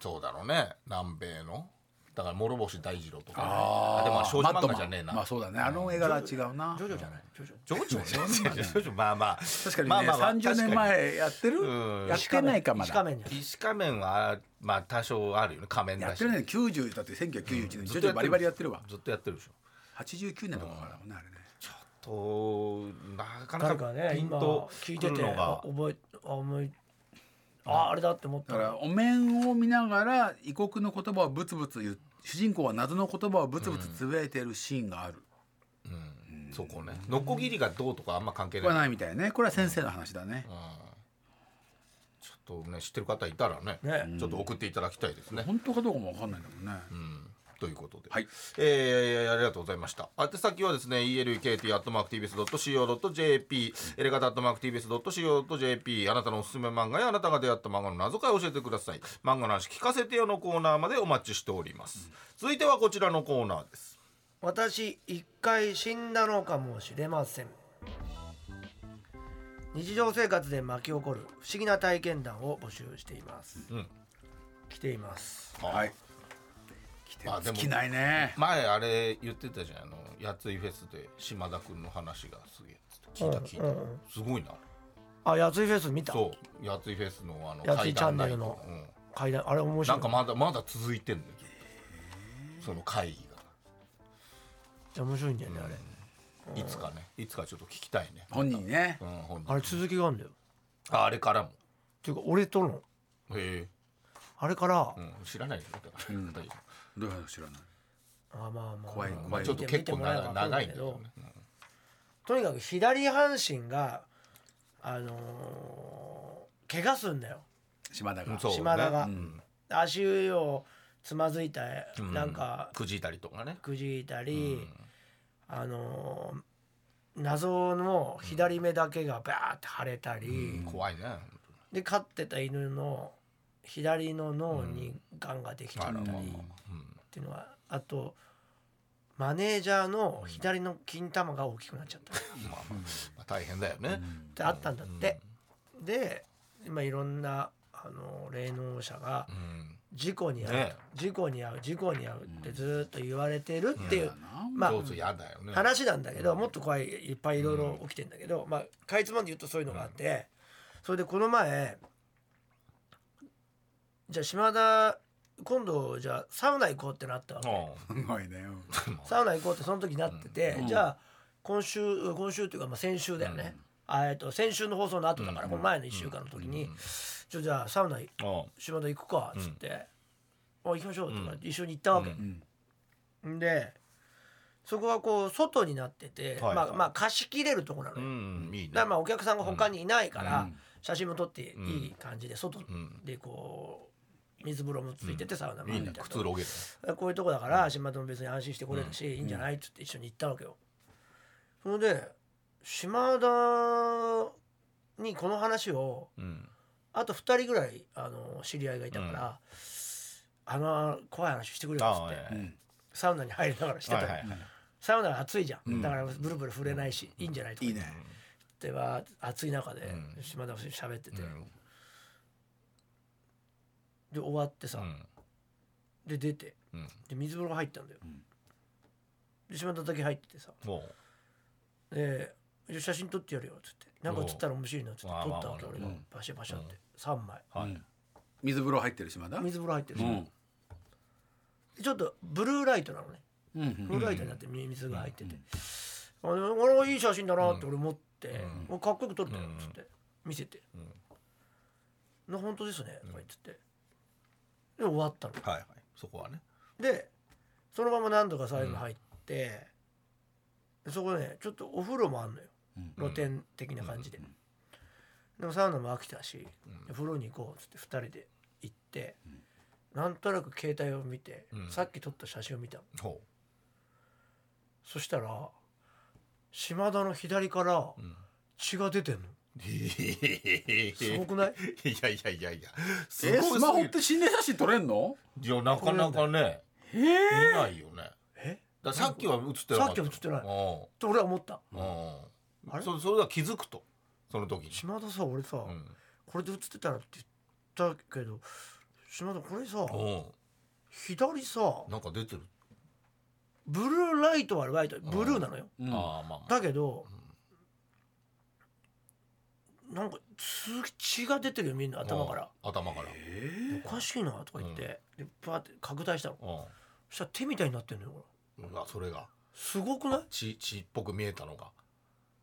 [SPEAKER 3] そうだろうね南米のだから諸星大二郎とかね
[SPEAKER 4] あ
[SPEAKER 3] あでもまあ少女
[SPEAKER 4] マット
[SPEAKER 3] 漫画
[SPEAKER 4] マン
[SPEAKER 3] じゃねえな
[SPEAKER 4] まあそうだねあの絵柄は違うな
[SPEAKER 2] ジョジョじゃないジョジョ
[SPEAKER 3] ジョジョねジョジョまあまあ
[SPEAKER 4] 確かにね、
[SPEAKER 3] まあまあまあ
[SPEAKER 4] 30年前やってる
[SPEAKER 3] うん
[SPEAKER 4] やってないかま
[SPEAKER 2] 石仮
[SPEAKER 4] だ
[SPEAKER 2] 面じゃない
[SPEAKER 3] 石仮面はまあ多少あるよね仮面
[SPEAKER 4] や
[SPEAKER 3] だ
[SPEAKER 4] っ
[SPEAKER 3] して
[SPEAKER 4] るね90だって1991年
[SPEAKER 3] ず
[SPEAKER 4] 徐
[SPEAKER 3] っと
[SPEAKER 4] 々にバリバリやってるわ
[SPEAKER 3] ずっとやってるでしょ
[SPEAKER 4] 89年とかからもんねあれね
[SPEAKER 3] となか
[SPEAKER 2] な
[SPEAKER 3] なん
[SPEAKER 2] か
[SPEAKER 3] か
[SPEAKER 2] ね
[SPEAKER 3] ピン
[SPEAKER 2] 今
[SPEAKER 3] と
[SPEAKER 2] 聞いて
[SPEAKER 3] く
[SPEAKER 2] て
[SPEAKER 3] るのが
[SPEAKER 2] あ覚えあ思いああれだって思っ
[SPEAKER 4] だ
[SPEAKER 2] た
[SPEAKER 4] からお面を見ながら異国の言葉をブツブツ言う主人公は謎の言葉をブツブツつぶやいてるシーンがある、
[SPEAKER 3] そこねノコギリがどうとかあんま関係
[SPEAKER 4] これは
[SPEAKER 3] ない
[SPEAKER 4] ないみたいねこれは先生の話だね、
[SPEAKER 3] ちょっとね知ってる方いたらね
[SPEAKER 2] ね
[SPEAKER 3] ちょっと送っていただきたいですね
[SPEAKER 4] 本当かどうかも分かんないんだもんね、
[SPEAKER 3] ということで、
[SPEAKER 4] はい
[SPEAKER 3] えーありがとうございました宛先はですね elkt.tbs.co.jp エレガタ .tbs.co.jp あなたのおすすめ漫画やあなたが出会った漫画の謎解を教えてください漫画の話聞かせてよのコーナーまでお待ちしております、続いてはこちらのコーナーです
[SPEAKER 2] 私一回死んだのかもしれません日常生活で巻き起こる不思議な体験談を募集しています、
[SPEAKER 3] うん
[SPEAKER 2] 来ています
[SPEAKER 4] はい来て
[SPEAKER 3] あで
[SPEAKER 4] る
[SPEAKER 3] も
[SPEAKER 4] 尽きないね
[SPEAKER 3] 前あれ言ってたじゃんあのやついフェスで島田君の話がすげえっつって聞いた聞いた、
[SPEAKER 2] うんうんうん
[SPEAKER 3] すごいな
[SPEAKER 2] あやついフェス見た
[SPEAKER 3] そうやついフェスのあの
[SPEAKER 2] やついチャンネルの
[SPEAKER 3] 階段ラ
[SPEAKER 2] 階段あ
[SPEAKER 3] イブうん
[SPEAKER 2] れ面白
[SPEAKER 3] ないんかまだまだ続いてんのよずっとその会議
[SPEAKER 2] じゃ面白いんだよねあれ、
[SPEAKER 3] がいつかねいつかちょっと聞きたいね、
[SPEAKER 4] 本人ね
[SPEAKER 3] うん、本人
[SPEAKER 2] あれ続きがあるんだよ
[SPEAKER 3] ああれからも
[SPEAKER 2] っていうか俺との
[SPEAKER 3] へえ、
[SPEAKER 2] あれから、
[SPEAKER 3] うん、知らないでしょだから、
[SPEAKER 4] どういうの知らない
[SPEAKER 2] あまあまあ
[SPEAKER 4] 怖い怖い
[SPEAKER 3] ちょっと結構
[SPEAKER 2] 見てもらえば
[SPEAKER 3] 長
[SPEAKER 2] わかる
[SPEAKER 3] 長いん
[SPEAKER 2] だけ
[SPEAKER 3] だけ
[SPEAKER 2] ど
[SPEAKER 3] どね、うん
[SPEAKER 2] とにかく左半身があのー怪我すんだよ
[SPEAKER 4] 島田が、
[SPEAKER 3] うんそうね
[SPEAKER 2] 島田が
[SPEAKER 3] うん
[SPEAKER 2] 足をつまずいたなんか
[SPEAKER 3] くじいたりとかね
[SPEAKER 2] くじいたり、あのー謎の左目だけがバーって腫れたり、
[SPEAKER 3] 怖いね
[SPEAKER 2] で飼ってた犬の左の脳にがんができちゃ
[SPEAKER 3] あ
[SPEAKER 2] っ
[SPEAKER 3] ら
[SPEAKER 2] た
[SPEAKER 3] ま
[SPEAKER 2] りっ
[SPEAKER 3] あまあまあ
[SPEAKER 2] ていうのはあとマネージャーの左の金玉が大きくなっちゃった
[SPEAKER 3] うんまあまあまあ大変だよね、
[SPEAKER 2] ってあったんだって、で今いろんなあの霊能者が
[SPEAKER 3] うん
[SPEAKER 2] 事故に遭う、
[SPEAKER 3] ね
[SPEAKER 2] 事故に遭う事故に遭うってずーっと言われてるっていう、まあ
[SPEAKER 3] どうぞ嫌だよね
[SPEAKER 2] 話なんだけどもっと怖いいっぱいいろいろ起きてんだけど、まあかいつまんで言うとそういうのがあって、それでこの前じゃあ島田今度じゃあサウナ行こうってなったわけ、
[SPEAKER 3] う
[SPEAKER 4] すごいね うん
[SPEAKER 2] サウナ行こうってその時になってて、じゃあ今週今週というかまあ先週だよね、あえっと先週の放送の後だから、この前の1週間の時に、ちょじゃあサウナ
[SPEAKER 3] んうん
[SPEAKER 2] 島田行くかっつって「あ行きましょう」とか一緒に行ったわけ、んでそこはこう外になってて、
[SPEAKER 3] はいはい
[SPEAKER 2] まあ、まあ貸し切れるとこなのよ、
[SPEAKER 3] うんいいね
[SPEAKER 2] だからまあお客さんが他にいないから写真も撮っていい感じで外でこう水風呂もついててサウナもあ
[SPEAKER 3] い
[SPEAKER 2] る
[SPEAKER 3] い
[SPEAKER 2] みた
[SPEAKER 3] ね
[SPEAKER 2] いな
[SPEAKER 3] くつろげる
[SPEAKER 2] こういうとこだから島田も別に安心してこれるし、いいんじゃないっつって一緒に行ったわけよ。それで島田にこの話を
[SPEAKER 3] うん
[SPEAKER 2] あと2人ぐらいあの知り合いがいたから、あの怖い話してくれよっつっ
[SPEAKER 3] あ
[SPEAKER 2] て、
[SPEAKER 3] あえ
[SPEAKER 2] サウナに入りながらして
[SPEAKER 3] え
[SPEAKER 2] たの、
[SPEAKER 3] はいはいはい
[SPEAKER 2] サウナ暑いじゃん、だからブルブル触れないし、いいんじゃないとか
[SPEAKER 4] い
[SPEAKER 2] 言
[SPEAKER 4] い
[SPEAKER 2] って
[SPEAKER 4] ね
[SPEAKER 2] では暑い中で島田と喋ってて、
[SPEAKER 3] うん
[SPEAKER 2] で終わってさ、
[SPEAKER 3] うん
[SPEAKER 2] で出て
[SPEAKER 3] うん
[SPEAKER 2] で水風呂入ったんだよ、で島田だけ入っててさ
[SPEAKER 3] もう
[SPEAKER 2] でじゃあ写真撮ってやるよっつってなんか写ったら面白いなっつって
[SPEAKER 3] おう
[SPEAKER 2] 撮ったわけ
[SPEAKER 3] あまあ
[SPEAKER 2] 俺がバシャバシャって3枚
[SPEAKER 3] はい、
[SPEAKER 4] 水風呂入ってるしまだ
[SPEAKER 2] 水風呂入ってる
[SPEAKER 4] う
[SPEAKER 2] し、
[SPEAKER 4] ん
[SPEAKER 2] ちょっとブルーライトなのね
[SPEAKER 4] うんうん
[SPEAKER 2] ブルーライトになって水が入ってて、あのこれいい写真だなって俺思って、もうかっこよく撮れたよっつって見せて、な本当ですねとか言っててで終わったの
[SPEAKER 3] はいはいそこはね
[SPEAKER 2] でそのまま何度か最後入って、そこねちょっとお風呂もあんのよ、露天的な感じで、でもサウナも飽きたし、風呂に行こうっつって2人で行って、なんとなく携帯を見て、
[SPEAKER 3] ん
[SPEAKER 2] さっき撮った写真を見たの
[SPEAKER 3] ほ
[SPEAKER 2] そしたら島田の左から
[SPEAKER 3] う、 うん、
[SPEAKER 2] 血が出てんの、す
[SPEAKER 3] す
[SPEAKER 2] ごくない
[SPEAKER 3] いやいやいやいやす
[SPEAKER 4] えスマホっ
[SPEAKER 3] す
[SPEAKER 4] て心霊写真撮れんの
[SPEAKER 3] ぎるいやなかなかね
[SPEAKER 4] え
[SPEAKER 3] 見ないよね
[SPEAKER 2] え
[SPEAKER 3] だからさっきは映ってなかった
[SPEAKER 2] さっきは映ってない
[SPEAKER 3] うん
[SPEAKER 2] と俺は思った
[SPEAKER 3] うん
[SPEAKER 2] あれ
[SPEAKER 3] そそれは気づくとその時に、
[SPEAKER 2] 島田さ俺さ、
[SPEAKER 3] うん
[SPEAKER 2] これで映ってたらって言ったけど島田これさ
[SPEAKER 3] う
[SPEAKER 2] 左さ
[SPEAKER 3] ん、なんか出てる、
[SPEAKER 2] ブルーライトはライトブルーなのよ
[SPEAKER 4] うん
[SPEAKER 3] ああまあまあ
[SPEAKER 2] だけど、なんかつ血が出てるよみんな頭から、
[SPEAKER 3] うん頭から、
[SPEAKER 2] おかしいなとか言って、でパーって拡大したの
[SPEAKER 3] う
[SPEAKER 2] そしたら手みたいになってんのよほら
[SPEAKER 3] んうわそれが
[SPEAKER 2] すごくない
[SPEAKER 3] 血血っぽく見えたのが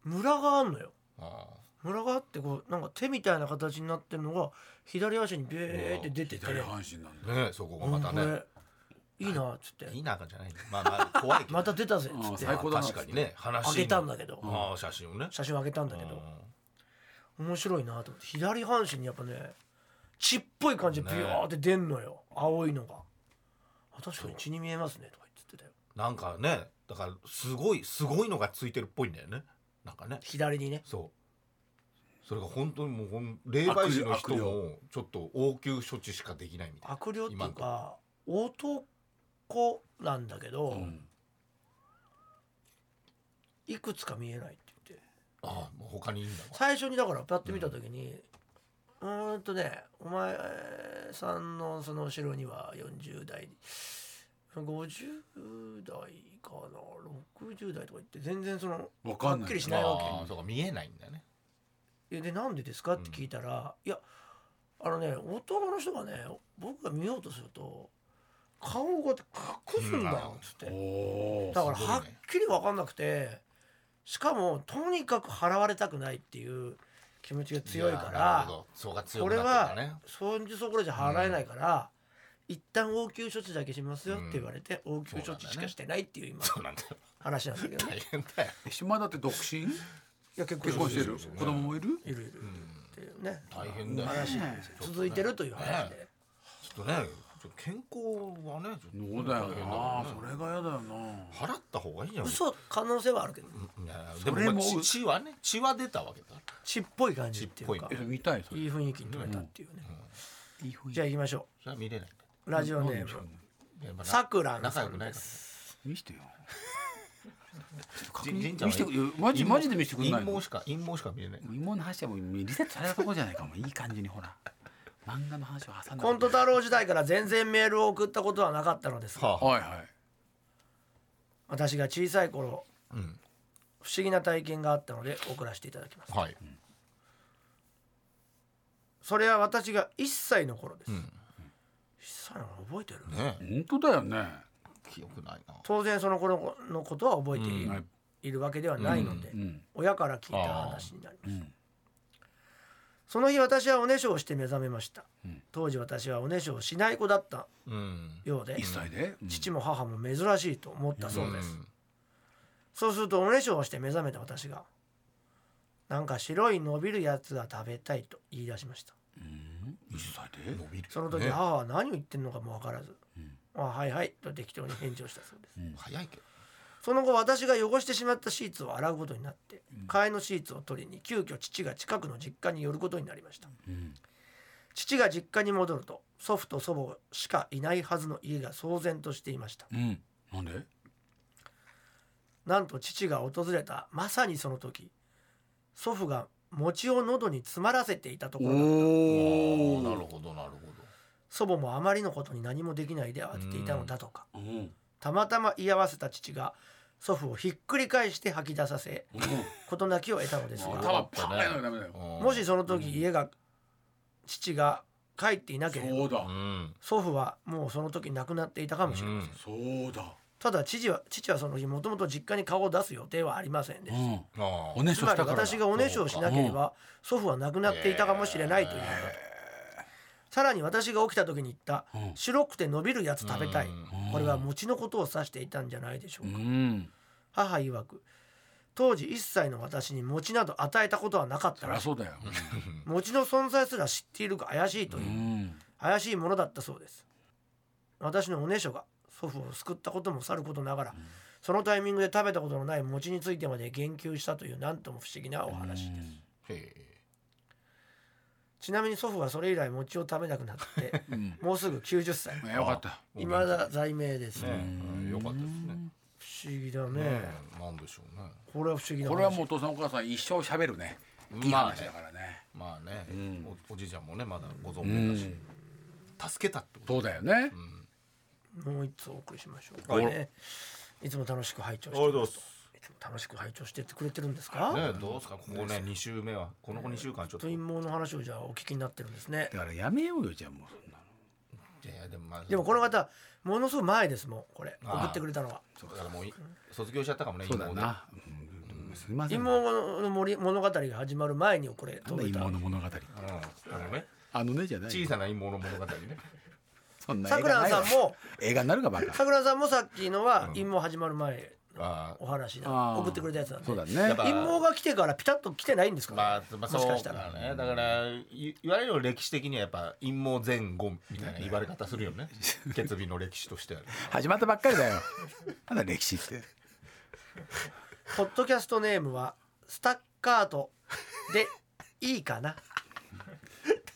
[SPEAKER 2] ムラがあんのよ
[SPEAKER 3] あ
[SPEAKER 2] ムラがあってこうなんか手みたいな形になってるのが左足にビューって出てて、
[SPEAKER 4] 左半身なんだ
[SPEAKER 3] あねそこが
[SPEAKER 2] うん
[SPEAKER 3] また
[SPEAKER 2] こ
[SPEAKER 3] ね、
[SPEAKER 2] れいいなっつって
[SPEAKER 3] いいなかじゃないまあまあ怖いけ ど
[SPEAKER 2] また出たぜっ
[SPEAKER 4] あ
[SPEAKER 2] つ
[SPEAKER 4] あ
[SPEAKER 2] って
[SPEAKER 4] 最高だな
[SPEAKER 3] 確かにね話
[SPEAKER 2] あ
[SPEAKER 3] に
[SPEAKER 2] げたんだけど、
[SPEAKER 3] ああ写真をね
[SPEAKER 2] 写真をあげたんだけど、面白いなと思って左半身にやっぱね血っぽい感じでビューって出んのよ青いのがあ確かに血に見えますねとか言ってたよ
[SPEAKER 3] なんかねだからすごいすごいのがついてるっぽいんだよねなんかね
[SPEAKER 2] 左にね
[SPEAKER 3] そうそれが本当にもうほん霊媒師の人
[SPEAKER 4] 悪霊
[SPEAKER 3] もちょっと応急処置しかできないみたいな
[SPEAKER 2] 悪霊ってい
[SPEAKER 3] 今
[SPEAKER 2] うん
[SPEAKER 3] とこ
[SPEAKER 2] か男なんだけど、
[SPEAKER 4] うん
[SPEAKER 2] いくつか見えないって言って
[SPEAKER 3] ああもう他にいいんだ
[SPEAKER 2] 最初にだからパッて見た時に、うーんとねお前さんのその後ろには40代50代かな60代とか言って全然その
[SPEAKER 4] わかんない
[SPEAKER 2] はっきりし
[SPEAKER 3] わ
[SPEAKER 2] ないわけ
[SPEAKER 3] ああそうか見えないんだね
[SPEAKER 2] えでなんでですかって聞いたら、いやあのね男の人がね僕が見ようとすると顔をこうやって隠すんだよっつって、
[SPEAKER 4] おー
[SPEAKER 2] だから
[SPEAKER 3] すごいね
[SPEAKER 2] はっきり分かんなくてしかもとにかく払われたくないっていう気持ちが強いか
[SPEAKER 3] やなるほ
[SPEAKER 2] ら
[SPEAKER 3] どそうが強
[SPEAKER 2] こ
[SPEAKER 3] く
[SPEAKER 2] れ
[SPEAKER 3] なって
[SPEAKER 2] は
[SPEAKER 3] んだね
[SPEAKER 2] そんじそこらじゃ払えないから、一旦応急処置だけしますよって言われて、応急処置しかしてないっていう今
[SPEAKER 3] そうなんだよ
[SPEAKER 2] 話なんだけどね
[SPEAKER 3] 大変だよ
[SPEAKER 4] 島田って独身
[SPEAKER 2] いや結
[SPEAKER 4] 結婚
[SPEAKER 2] 構
[SPEAKER 4] してる子供もいる
[SPEAKER 2] いるいるいるっていうね
[SPEAKER 3] 大変だよ
[SPEAKER 2] 話なんですよ続いてるという話で。
[SPEAKER 3] ちょっとねちょっと健康はねちょっと
[SPEAKER 4] そうだよ
[SPEAKER 3] 大変
[SPEAKER 4] な
[SPEAKER 3] ね
[SPEAKER 4] それが嫌だよな
[SPEAKER 3] 払った方がいいんじゃない
[SPEAKER 2] 嘘可能性はあるけど
[SPEAKER 3] いやで
[SPEAKER 4] そ
[SPEAKER 3] も
[SPEAKER 4] れも
[SPEAKER 3] まあ血血はね血は出たわけだ
[SPEAKER 2] 血っぽい感じっていう
[SPEAKER 3] 血っ
[SPEAKER 2] か
[SPEAKER 3] ぽ
[SPEAKER 4] え見たいそれ
[SPEAKER 2] いい雰囲気に撮れたっていうね、
[SPEAKER 4] いい雰囲
[SPEAKER 2] じゃあ行きましょ
[SPEAKER 3] それは見れないんだ
[SPEAKER 2] うラジオネー
[SPEAKER 4] 何
[SPEAKER 2] ム
[SPEAKER 4] それ
[SPEAKER 3] いやまあ
[SPEAKER 2] さくらん
[SPEAKER 3] 仲
[SPEAKER 2] さ
[SPEAKER 3] 良く
[SPEAKER 2] ん
[SPEAKER 3] ない
[SPEAKER 2] で
[SPEAKER 3] か
[SPEAKER 2] す
[SPEAKER 4] 見 してよ
[SPEAKER 3] らねじんじん
[SPEAKER 4] 見せてくれマジマジで見せてくれない
[SPEAKER 3] 陰
[SPEAKER 4] の
[SPEAKER 3] 謀しか陰謀しか見れない
[SPEAKER 4] もう芋の話はもうリセットされたとこじゃないかもういい感じにほら漫画の話を挟んだ
[SPEAKER 2] コント太郎時代から全然メールを送ったことはなかったのですが
[SPEAKER 3] は
[SPEAKER 4] はいはい
[SPEAKER 2] 私が小さい頃
[SPEAKER 3] あうん
[SPEAKER 2] 不思議な体験があったので送らせていただきます
[SPEAKER 3] はい
[SPEAKER 2] それは私が1歳の頃です、
[SPEAKER 3] うん
[SPEAKER 2] 1歳の頃覚えてる、
[SPEAKER 3] ね
[SPEAKER 4] 本当だよね
[SPEAKER 3] 記憶ないな
[SPEAKER 2] 当然その頃のことは覚えている,、
[SPEAKER 4] うん
[SPEAKER 2] わけではないので、
[SPEAKER 4] うん
[SPEAKER 2] 親から聞いた話になります、
[SPEAKER 4] うん
[SPEAKER 2] その日私はおねしょをして目覚めました、
[SPEAKER 4] うん
[SPEAKER 2] 当時私はおねしょをしない子だった
[SPEAKER 3] うん
[SPEAKER 2] ようで
[SPEAKER 4] 一歳でうん
[SPEAKER 2] 父も母も珍しいと思ったそうです、
[SPEAKER 3] ん
[SPEAKER 2] そうするとおねしょをして目覚めた私が「なんか白い伸びるやつが食べたい」と言い出しました
[SPEAKER 4] うん一歳で
[SPEAKER 3] 伸びる
[SPEAKER 2] その時
[SPEAKER 3] ね
[SPEAKER 2] 母は何を言ってるのかも分からず「あはいはい」と適当に返事をしたそうです、
[SPEAKER 3] 早いけど
[SPEAKER 2] その後私が汚してしまったシーツを洗うことになって替えのシーツを取りに急遽父が近くの実家に寄ることになりました、
[SPEAKER 4] ん
[SPEAKER 2] 父が実家に戻ると祖父と祖母しかいないはずの家が騒然としていました
[SPEAKER 4] うんなんで
[SPEAKER 2] なんと父が訪れたまさにその時祖父が餅を喉に詰まらせていたところだ
[SPEAKER 4] お
[SPEAKER 3] なるほどなるほど
[SPEAKER 2] 祖母もあまりのことに何もできないで慌てていたのだとか
[SPEAKER 4] うんうん
[SPEAKER 2] たまたま居合わせた父が祖父をひっくり返して吐き出させ事なきを得たのです
[SPEAKER 4] 頭
[SPEAKER 2] が
[SPEAKER 3] あ
[SPEAKER 4] パーンやらなきゃダメだよ
[SPEAKER 3] うん
[SPEAKER 2] もしその時家が父が帰っていなければ
[SPEAKER 4] そうだ
[SPEAKER 3] う、ん
[SPEAKER 2] 祖父はもうその時亡くなっていたかもしれません、
[SPEAKER 3] うん
[SPEAKER 4] そうだ、
[SPEAKER 2] ただ父は父はその日もともと実家に顔を出す予定はありませんで
[SPEAKER 4] う
[SPEAKER 2] し
[SPEAKER 4] ん、
[SPEAKER 3] あ
[SPEAKER 4] おね
[SPEAKER 2] た、
[SPEAKER 4] し
[SPEAKER 2] つ
[SPEAKER 4] ょ
[SPEAKER 2] ま
[SPEAKER 4] した
[SPEAKER 2] り
[SPEAKER 4] からだ
[SPEAKER 2] 私がおねしょをしなければ祖父は亡くなっていたかもしれないということさらに私が起きた時に言った
[SPEAKER 4] う
[SPEAKER 2] 「
[SPEAKER 4] ん
[SPEAKER 2] 白くて伸びるやつ食べたい
[SPEAKER 3] うん」
[SPEAKER 2] これは餅のことを指していたんじゃないでしょ
[SPEAKER 4] う
[SPEAKER 2] うか
[SPEAKER 4] ん
[SPEAKER 2] 母曰く当時1歳の私に餅など与えたことはなかっ
[SPEAKER 4] そ
[SPEAKER 2] た
[SPEAKER 4] りゃ
[SPEAKER 2] らしい
[SPEAKER 4] そうだよ、
[SPEAKER 2] 餅の存在すら知っているか怪しいと
[SPEAKER 4] う、
[SPEAKER 2] いうん怪しいものだったそうです私のおねしょが祖父を救ったこともさることながら、そのタイミングで食べたことのない餅についてまで言及したという何とも不思議なお話です、
[SPEAKER 3] へえ
[SPEAKER 2] ちなみに祖父はそれ以来餅を食べなくな って、もうすぐ90歳
[SPEAKER 4] うん、よかった
[SPEAKER 2] いまだ在命ですね、
[SPEAKER 3] ねよかったですね
[SPEAKER 2] 不思議だね、
[SPEAKER 3] うんなんでしょうね
[SPEAKER 2] これは不思議だ
[SPEAKER 4] これはもうお父さんお母さん一生喋るねいい話だからね,、
[SPEAKER 3] まあねおおじいちゃんもねまだご存命だし助けたってこと
[SPEAKER 4] そうだよね、
[SPEAKER 2] もう一つお送りしましょう
[SPEAKER 3] はい
[SPEAKER 2] ねいつも楽しく拝聴して
[SPEAKER 3] ありがと
[SPEAKER 2] ま
[SPEAKER 3] うござい
[SPEAKER 2] す
[SPEAKER 3] ま
[SPEAKER 2] いつも楽しく拝聴してってくれてるんですか、
[SPEAKER 3] ねどうですかここね二週目はこの子二週間ちょっと
[SPEAKER 2] と陰謀の話をじゃあお聞きになってるんですね
[SPEAKER 4] だからやめようよじゃあもうそんなの
[SPEAKER 3] いやいやでもまあ
[SPEAKER 2] でもこの方ものすごく前ですもんこれ
[SPEAKER 3] あー
[SPEAKER 2] 送ってくれたのは
[SPEAKER 3] だからもうい卒業しちゃったかもね
[SPEAKER 4] そうだ
[SPEAKER 3] 今もね
[SPEAKER 4] な、うんうんすみませ
[SPEAKER 2] 陰
[SPEAKER 4] ん
[SPEAKER 2] 謀の森物語が始まる前にこれ
[SPEAKER 4] なんだ
[SPEAKER 2] 届い
[SPEAKER 4] 陰
[SPEAKER 2] た
[SPEAKER 4] 謀の物語って
[SPEAKER 3] うんあのね
[SPEAKER 4] あのねじゃない
[SPEAKER 3] 小さな陰謀の物語ね
[SPEAKER 4] そんな
[SPEAKER 2] さ
[SPEAKER 4] 映
[SPEAKER 2] く
[SPEAKER 4] 画
[SPEAKER 2] ら
[SPEAKER 4] ない
[SPEAKER 2] さ
[SPEAKER 4] わ
[SPEAKER 2] んも
[SPEAKER 4] 映画になるかバカ
[SPEAKER 2] さくらさんもさっきのは陰謀始まる前
[SPEAKER 3] あ
[SPEAKER 2] お話だ
[SPEAKER 4] あー
[SPEAKER 2] 送ってくれたやつなんで
[SPEAKER 4] そう だね
[SPEAKER 3] やっぱ
[SPEAKER 2] 陰謀が来てからピタッと来てないんですか
[SPEAKER 3] ま
[SPEAKER 2] ら
[SPEAKER 3] あ、まあ、
[SPEAKER 2] もし
[SPEAKER 3] そ
[SPEAKER 2] か
[SPEAKER 3] う
[SPEAKER 2] したら
[SPEAKER 3] だね。だから、いいわゆる歴史的にはやっぱ陰謀前後みたいな言われ方するよね。決備の歴史としてはね。
[SPEAKER 4] 始まったばっかりだよなんだ歴史って
[SPEAKER 2] ポッドキャストネームはスタッカートでいいかな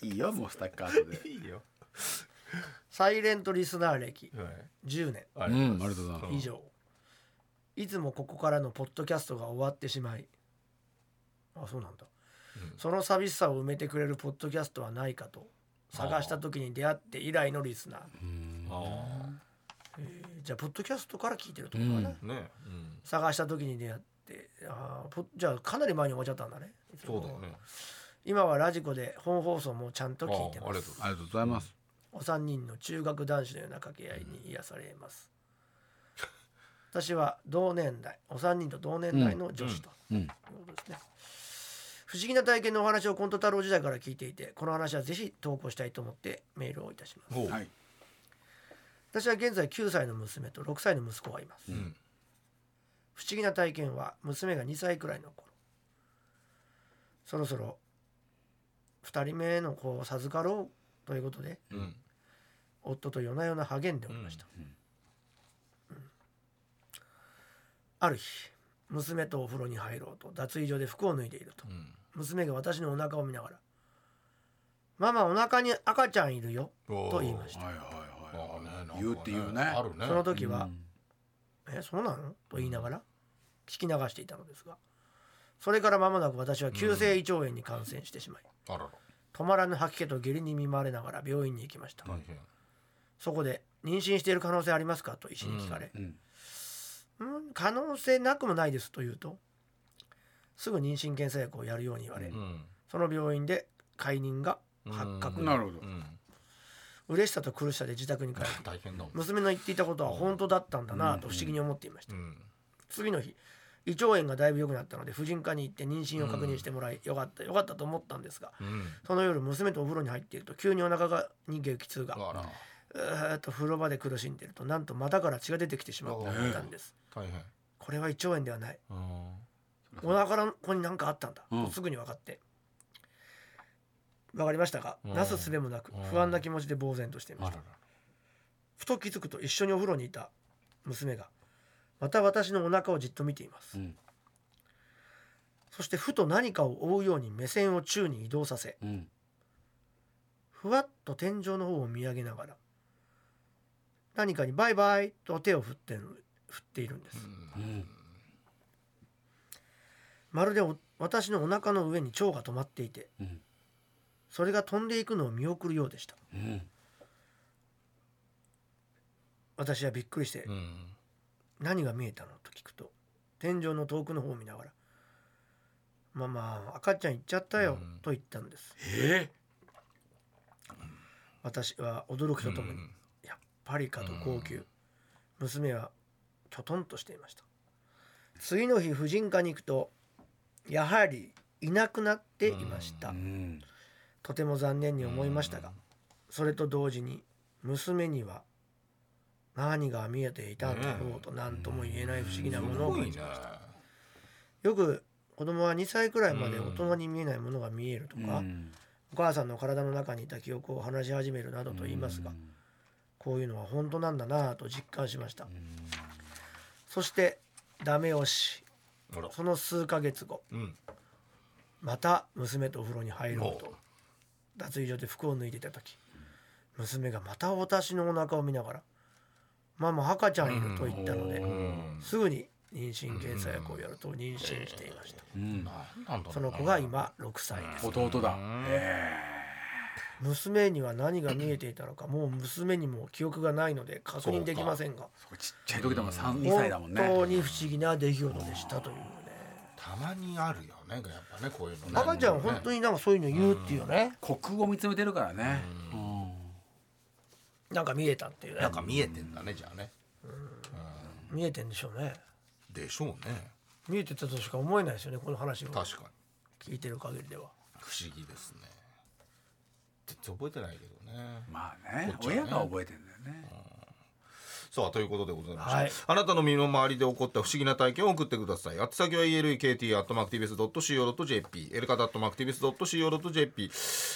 [SPEAKER 2] い
[SPEAKER 4] いよもうスタッカートで
[SPEAKER 3] いいよ。
[SPEAKER 2] サイレントリスナー歴
[SPEAKER 3] はい。
[SPEAKER 2] 10年
[SPEAKER 3] あ
[SPEAKER 4] う
[SPEAKER 3] りがと
[SPEAKER 4] んありがとうございます
[SPEAKER 2] 以上いつもここからのポッドキャストが終わってしまいあそうなんだ、その寂しさを埋めてくれるポッドキャストはないかと探した時に出会って以来のリスナー
[SPEAKER 3] あ
[SPEAKER 2] えーじゃあポッドキャストから聞いてると思うかな、
[SPEAKER 3] あ。ね。うん。
[SPEAKER 2] 探した時に出会ってあーポじゃあかなり前に終わっちゃったんだね
[SPEAKER 3] そうだよね。
[SPEAKER 2] 今はラジコで本放送もちゃんと
[SPEAKER 3] ああ
[SPEAKER 2] 聞いて
[SPEAKER 3] あ
[SPEAKER 2] ま
[SPEAKER 3] りが
[SPEAKER 2] す
[SPEAKER 3] とうござい
[SPEAKER 4] ありがとうございます
[SPEAKER 2] お三人の中学男子のような掛け合いに癒され ます、私は同年代お三人と同年代の女子と、
[SPEAKER 4] うんうん
[SPEAKER 2] ということですね不思議な体験のお話をコント太郎時代から聞いていてこの話はぜひ投稿したいと思ってメールをいたします
[SPEAKER 3] ます。ほう
[SPEAKER 4] はい
[SPEAKER 2] 私は現在9歳の娘と6歳の息子がいます、
[SPEAKER 3] ん
[SPEAKER 2] 不思議な体験は娘が2歳くらいの頃そろそろ2人目の子を授かろうということで
[SPEAKER 3] うん。
[SPEAKER 2] 夫と夜な夜な励んでおりました、うんある日娘とお風呂に入ろうと脱衣所で服を脱いでいると
[SPEAKER 3] うん。
[SPEAKER 2] 娘が私のお腹を見ながら「ママお腹に赤ちゃんいるよ」
[SPEAKER 3] おー
[SPEAKER 2] と言いました
[SPEAKER 4] はいは
[SPEAKER 3] あ
[SPEAKER 4] いは
[SPEAKER 3] あ
[SPEAKER 4] い
[SPEAKER 3] ねなんかね
[SPEAKER 4] 言うっていうね
[SPEAKER 3] あるね。
[SPEAKER 2] その時
[SPEAKER 4] う
[SPEAKER 2] は
[SPEAKER 4] ん
[SPEAKER 2] 「えそうなの?」と言いながら聞き流していたのですがそれから間もなく私は急性胃腸炎に感染してしまい
[SPEAKER 3] あらら。
[SPEAKER 2] 止まらぬ吐き気と下痢に見舞われながら病院に行きました
[SPEAKER 3] 大変。
[SPEAKER 2] そこで「妊娠している可能性ありますか?」と医師に聞かれ
[SPEAKER 4] うん
[SPEAKER 2] 「うん可能性なくもないです」と言うとすぐ妊娠検査薬をやるように言われ
[SPEAKER 3] うん。
[SPEAKER 2] その病院で解任が発覚
[SPEAKER 4] なるほど
[SPEAKER 3] うん。
[SPEAKER 2] 嬉しさと苦しさで自宅に帰り
[SPEAKER 3] 大変だもん。
[SPEAKER 2] 娘の言っていたことは本当だったんだなと不思議に思っていました
[SPEAKER 3] うん。
[SPEAKER 2] 次の日胃腸炎がだいぶ良くなったので婦人科に行って妊娠を確認してもらい、よかったよかったと思ったんですが
[SPEAKER 3] うん。
[SPEAKER 2] その夜娘とお風呂に入っていると急にお腹がに激痛
[SPEAKER 3] あ
[SPEAKER 2] が
[SPEAKER 3] ら。
[SPEAKER 2] うーっと風呂場で苦しんでいるとなんと股から血が出てきてしまったんです、
[SPEAKER 3] 大変。
[SPEAKER 2] これは胃腸炎ではない
[SPEAKER 3] うん。
[SPEAKER 2] お腹の子に何かあったんだ、
[SPEAKER 4] うん
[SPEAKER 2] とすぐに分かって分かりましたが、
[SPEAKER 3] うん
[SPEAKER 2] なすすべもなく
[SPEAKER 3] うん
[SPEAKER 2] 不安な気持ちで呆然としていま
[SPEAKER 3] あ
[SPEAKER 2] し
[SPEAKER 3] ら
[SPEAKER 2] た
[SPEAKER 3] ら。
[SPEAKER 2] ふと気づくと一緒にお風呂にいた娘がまた私のお腹をじっと見ています、
[SPEAKER 4] うん
[SPEAKER 2] そしてふと何かを追うように目線を宙に移動させ
[SPEAKER 4] うん
[SPEAKER 2] ふわっと天井の方を見上げながら何かに「バイバイ」と手を振ってる振っているんです、
[SPEAKER 4] うん
[SPEAKER 2] まるでお私のお腹の上に蝶が止まっていて
[SPEAKER 4] うん
[SPEAKER 2] それが飛んでいくのを見送るようでした
[SPEAKER 4] うん
[SPEAKER 2] 私はびっくりして、
[SPEAKER 3] うん。
[SPEAKER 2] 何が見えたのと聞くと天井の遠くの方を見ながら「ママ赤ちゃん行っちゃったよ」と言ったんです、
[SPEAKER 4] え
[SPEAKER 2] 私は驚きとともに、やっぱりかと号泣、娘はきょとんとしていました次の日婦人科に行くとやはりいなくなっていました、
[SPEAKER 4] うん
[SPEAKER 2] とても残念に思いましたが、それと同時に娘には何が見えていたんだろうと何とも言えない不思議なものを
[SPEAKER 3] すご
[SPEAKER 2] 感
[SPEAKER 3] いね
[SPEAKER 2] じました、よく子供は2歳くらいまで大人に見えないものが見えるとか、
[SPEAKER 4] うん
[SPEAKER 2] お母さんの体の中にいた記憶を話し始めるなどと言いますが、こういうのは本当なんだなぁと実感しました、そしてダメ押し
[SPEAKER 3] ほら
[SPEAKER 2] その数ヶ月後
[SPEAKER 3] うん
[SPEAKER 2] また娘とお風呂に入ろう
[SPEAKER 3] お
[SPEAKER 2] と脱衣所で服を脱いでいた時娘がまた私のお腹を見ながら「ママ赤ちゃんいる」と言ったので、
[SPEAKER 3] うん
[SPEAKER 2] すぐに妊娠検査薬をやると妊娠していました、
[SPEAKER 4] うん
[SPEAKER 3] なんだろうな
[SPEAKER 2] その子が今6歳です
[SPEAKER 4] 弟だ
[SPEAKER 2] 娘には何が見えていたのかもう娘にも記憶がないので確認できませんが
[SPEAKER 4] ちっちゃい時でも三二歳だも
[SPEAKER 2] 本
[SPEAKER 4] んね
[SPEAKER 2] 当に不思議な出来事でしたというね
[SPEAKER 3] たまにあるよねやっぱねこういうのね
[SPEAKER 2] 赤ちゃん本当になんかそういうの言うっていうね
[SPEAKER 4] 国を見つめてるからねうん
[SPEAKER 2] なんか見えたっていうね
[SPEAKER 3] なんか見えてんだねじゃあね
[SPEAKER 2] 見えてんでしょうね
[SPEAKER 3] でしょうね
[SPEAKER 2] 見えてたとしか思えないですよねこの話を
[SPEAKER 3] 確かに
[SPEAKER 2] 聞いてる限りでは
[SPEAKER 3] 不思議ですね全然覚えてないけどね
[SPEAKER 4] まあね
[SPEAKER 3] こっちはね
[SPEAKER 4] 親が覚えてんだよね
[SPEAKER 3] さあということでございました、
[SPEAKER 2] はい
[SPEAKER 3] あなたの身の回りで起こった不思議な体験を送ってください宛先は elekt.mactvs.co.jp エルカ .mactvs.co.jp、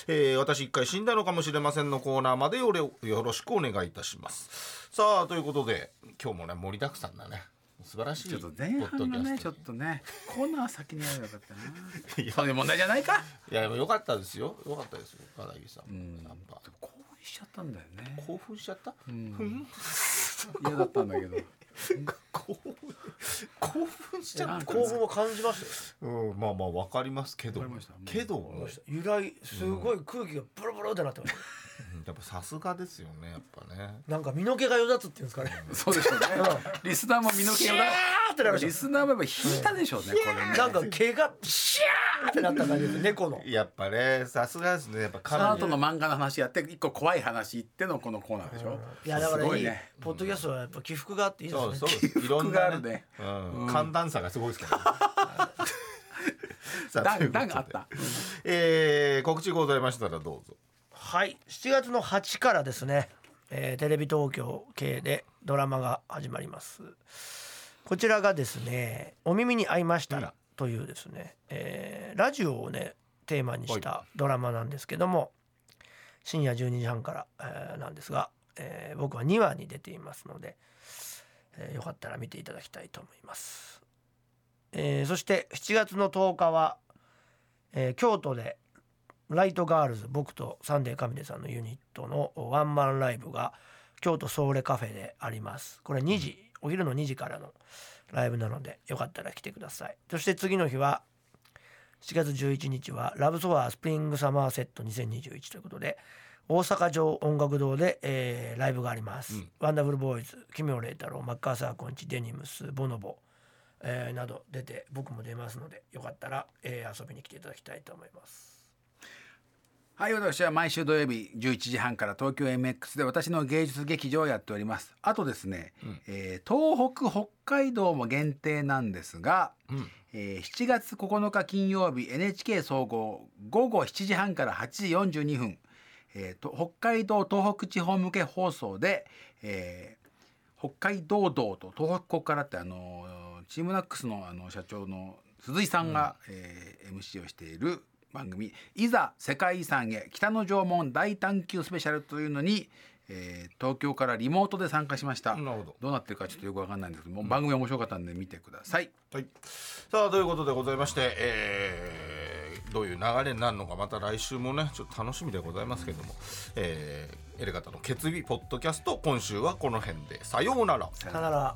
[SPEAKER 3] えー、私一回死んだのかもしれませんのコーナーまでよれよろしくお願いいたしますさあということで今日もね盛りだくさんだね素晴らしい
[SPEAKER 4] ちょっと前半がねちょっとねコーナー先にやればよかったな
[SPEAKER 3] といや
[SPEAKER 4] そういう問題じゃないか
[SPEAKER 3] いやでもよかったですよよかったですよ片桐さん、やっぱ
[SPEAKER 4] 興奮しちゃったんだよね
[SPEAKER 3] 興奮しちゃった、
[SPEAKER 4] 嫌だったんだけど
[SPEAKER 3] 興奮興奮しちゃった
[SPEAKER 2] 興奮を感じましたよ
[SPEAKER 3] うん、まあまあわかりますけど
[SPEAKER 4] わかりましたもう
[SPEAKER 3] けど
[SPEAKER 2] 思いました由来すごい空気がブルブルってなってました
[SPEAKER 3] うんやっぱさすがですよねやっぱね
[SPEAKER 2] なんか身の毛がよだつっていうんですかね
[SPEAKER 4] そうでしょうねリスナーも身の毛
[SPEAKER 2] シャ
[SPEAKER 4] を
[SPEAKER 2] ーってなりま
[SPEAKER 4] リ
[SPEAKER 2] し
[SPEAKER 4] スナーもやっぱ引いたでしょうねこれね
[SPEAKER 2] たなんか毛がシャーってなった感じです猫の
[SPEAKER 3] やっぱねさすがですねやっぱ
[SPEAKER 4] その
[SPEAKER 3] 彼
[SPEAKER 4] 後
[SPEAKER 3] 女
[SPEAKER 4] の漫画の話やって一個怖い話言ってのこのコーナーでしょ
[SPEAKER 2] いやだから
[SPEAKER 4] すご
[SPEAKER 2] いい
[SPEAKER 4] ね
[SPEAKER 2] ポッドキャストはやっぱ起伏があっていいで
[SPEAKER 3] そう
[SPEAKER 2] す
[SPEAKER 3] そう
[SPEAKER 2] ね
[SPEAKER 3] いろん
[SPEAKER 4] があ
[SPEAKER 3] な
[SPEAKER 4] るね
[SPEAKER 3] ね、うん、寒暖差がすごい ですから、ね、さ
[SPEAKER 4] だ
[SPEAKER 3] というんこと
[SPEAKER 4] だ
[SPEAKER 3] で
[SPEAKER 4] んあった
[SPEAKER 3] えー、告知ございましたらどうぞ
[SPEAKER 2] はい7月の8からですね、えーテレビ東京系でドラマが始まりますこちらがですね「お耳に合いましたら」というですね、えーラジオをねテーマにしたドラマなんですけども深夜12時半から、えーなんですが、えー僕は2話に出ていますので、えーよかったら見ていただきたいと思います、えーそして7月の10日は、えー京都でライトガールズ僕とサンデーカミネさんのユニットのワンマンライブが京都ソーレカフェでありますこれ2時お昼の2時からのライブなのでよかったら来てくださいそして次の日は7月11日はラブソワースプリングサマーセット2021ということで大阪城音楽堂で、えーライブがあります、ワンダフルボーイズ奇妙麗太郎マッカーサーコンチデニムスボノボ、えーなど出て僕も出ますのでよかったら、えー遊びに来ていただきたいと思います
[SPEAKER 4] はい、私は毎週土曜日11時半から東京 MX で私の芸術劇場をやっております。あとですね、えー東北、北海道も限定なんですが、えー7月9日金曜日 NHK 総合午後7時半から8時42分、えーと北海道東北地方向け放送で、えー北海道道と東北国からってあのーチームナックスのあの社長の鈴井さんが、えー MC をしている番組「いざ世界遺産へ北の縄文大探求スペシャル」というのに、えー東京からリモートで参加しました。
[SPEAKER 3] なるほど
[SPEAKER 4] うなってるかちょっとよくわかんないんですけども、番組面白かったんで見てください。
[SPEAKER 3] はい、さあということでございまして、えーどういう流れになるのかまた来週もねちょっと楽しみでございますけども、えーエレガタの決意ポッドキャスト今週はこの辺でさようなら。
[SPEAKER 2] さよなら。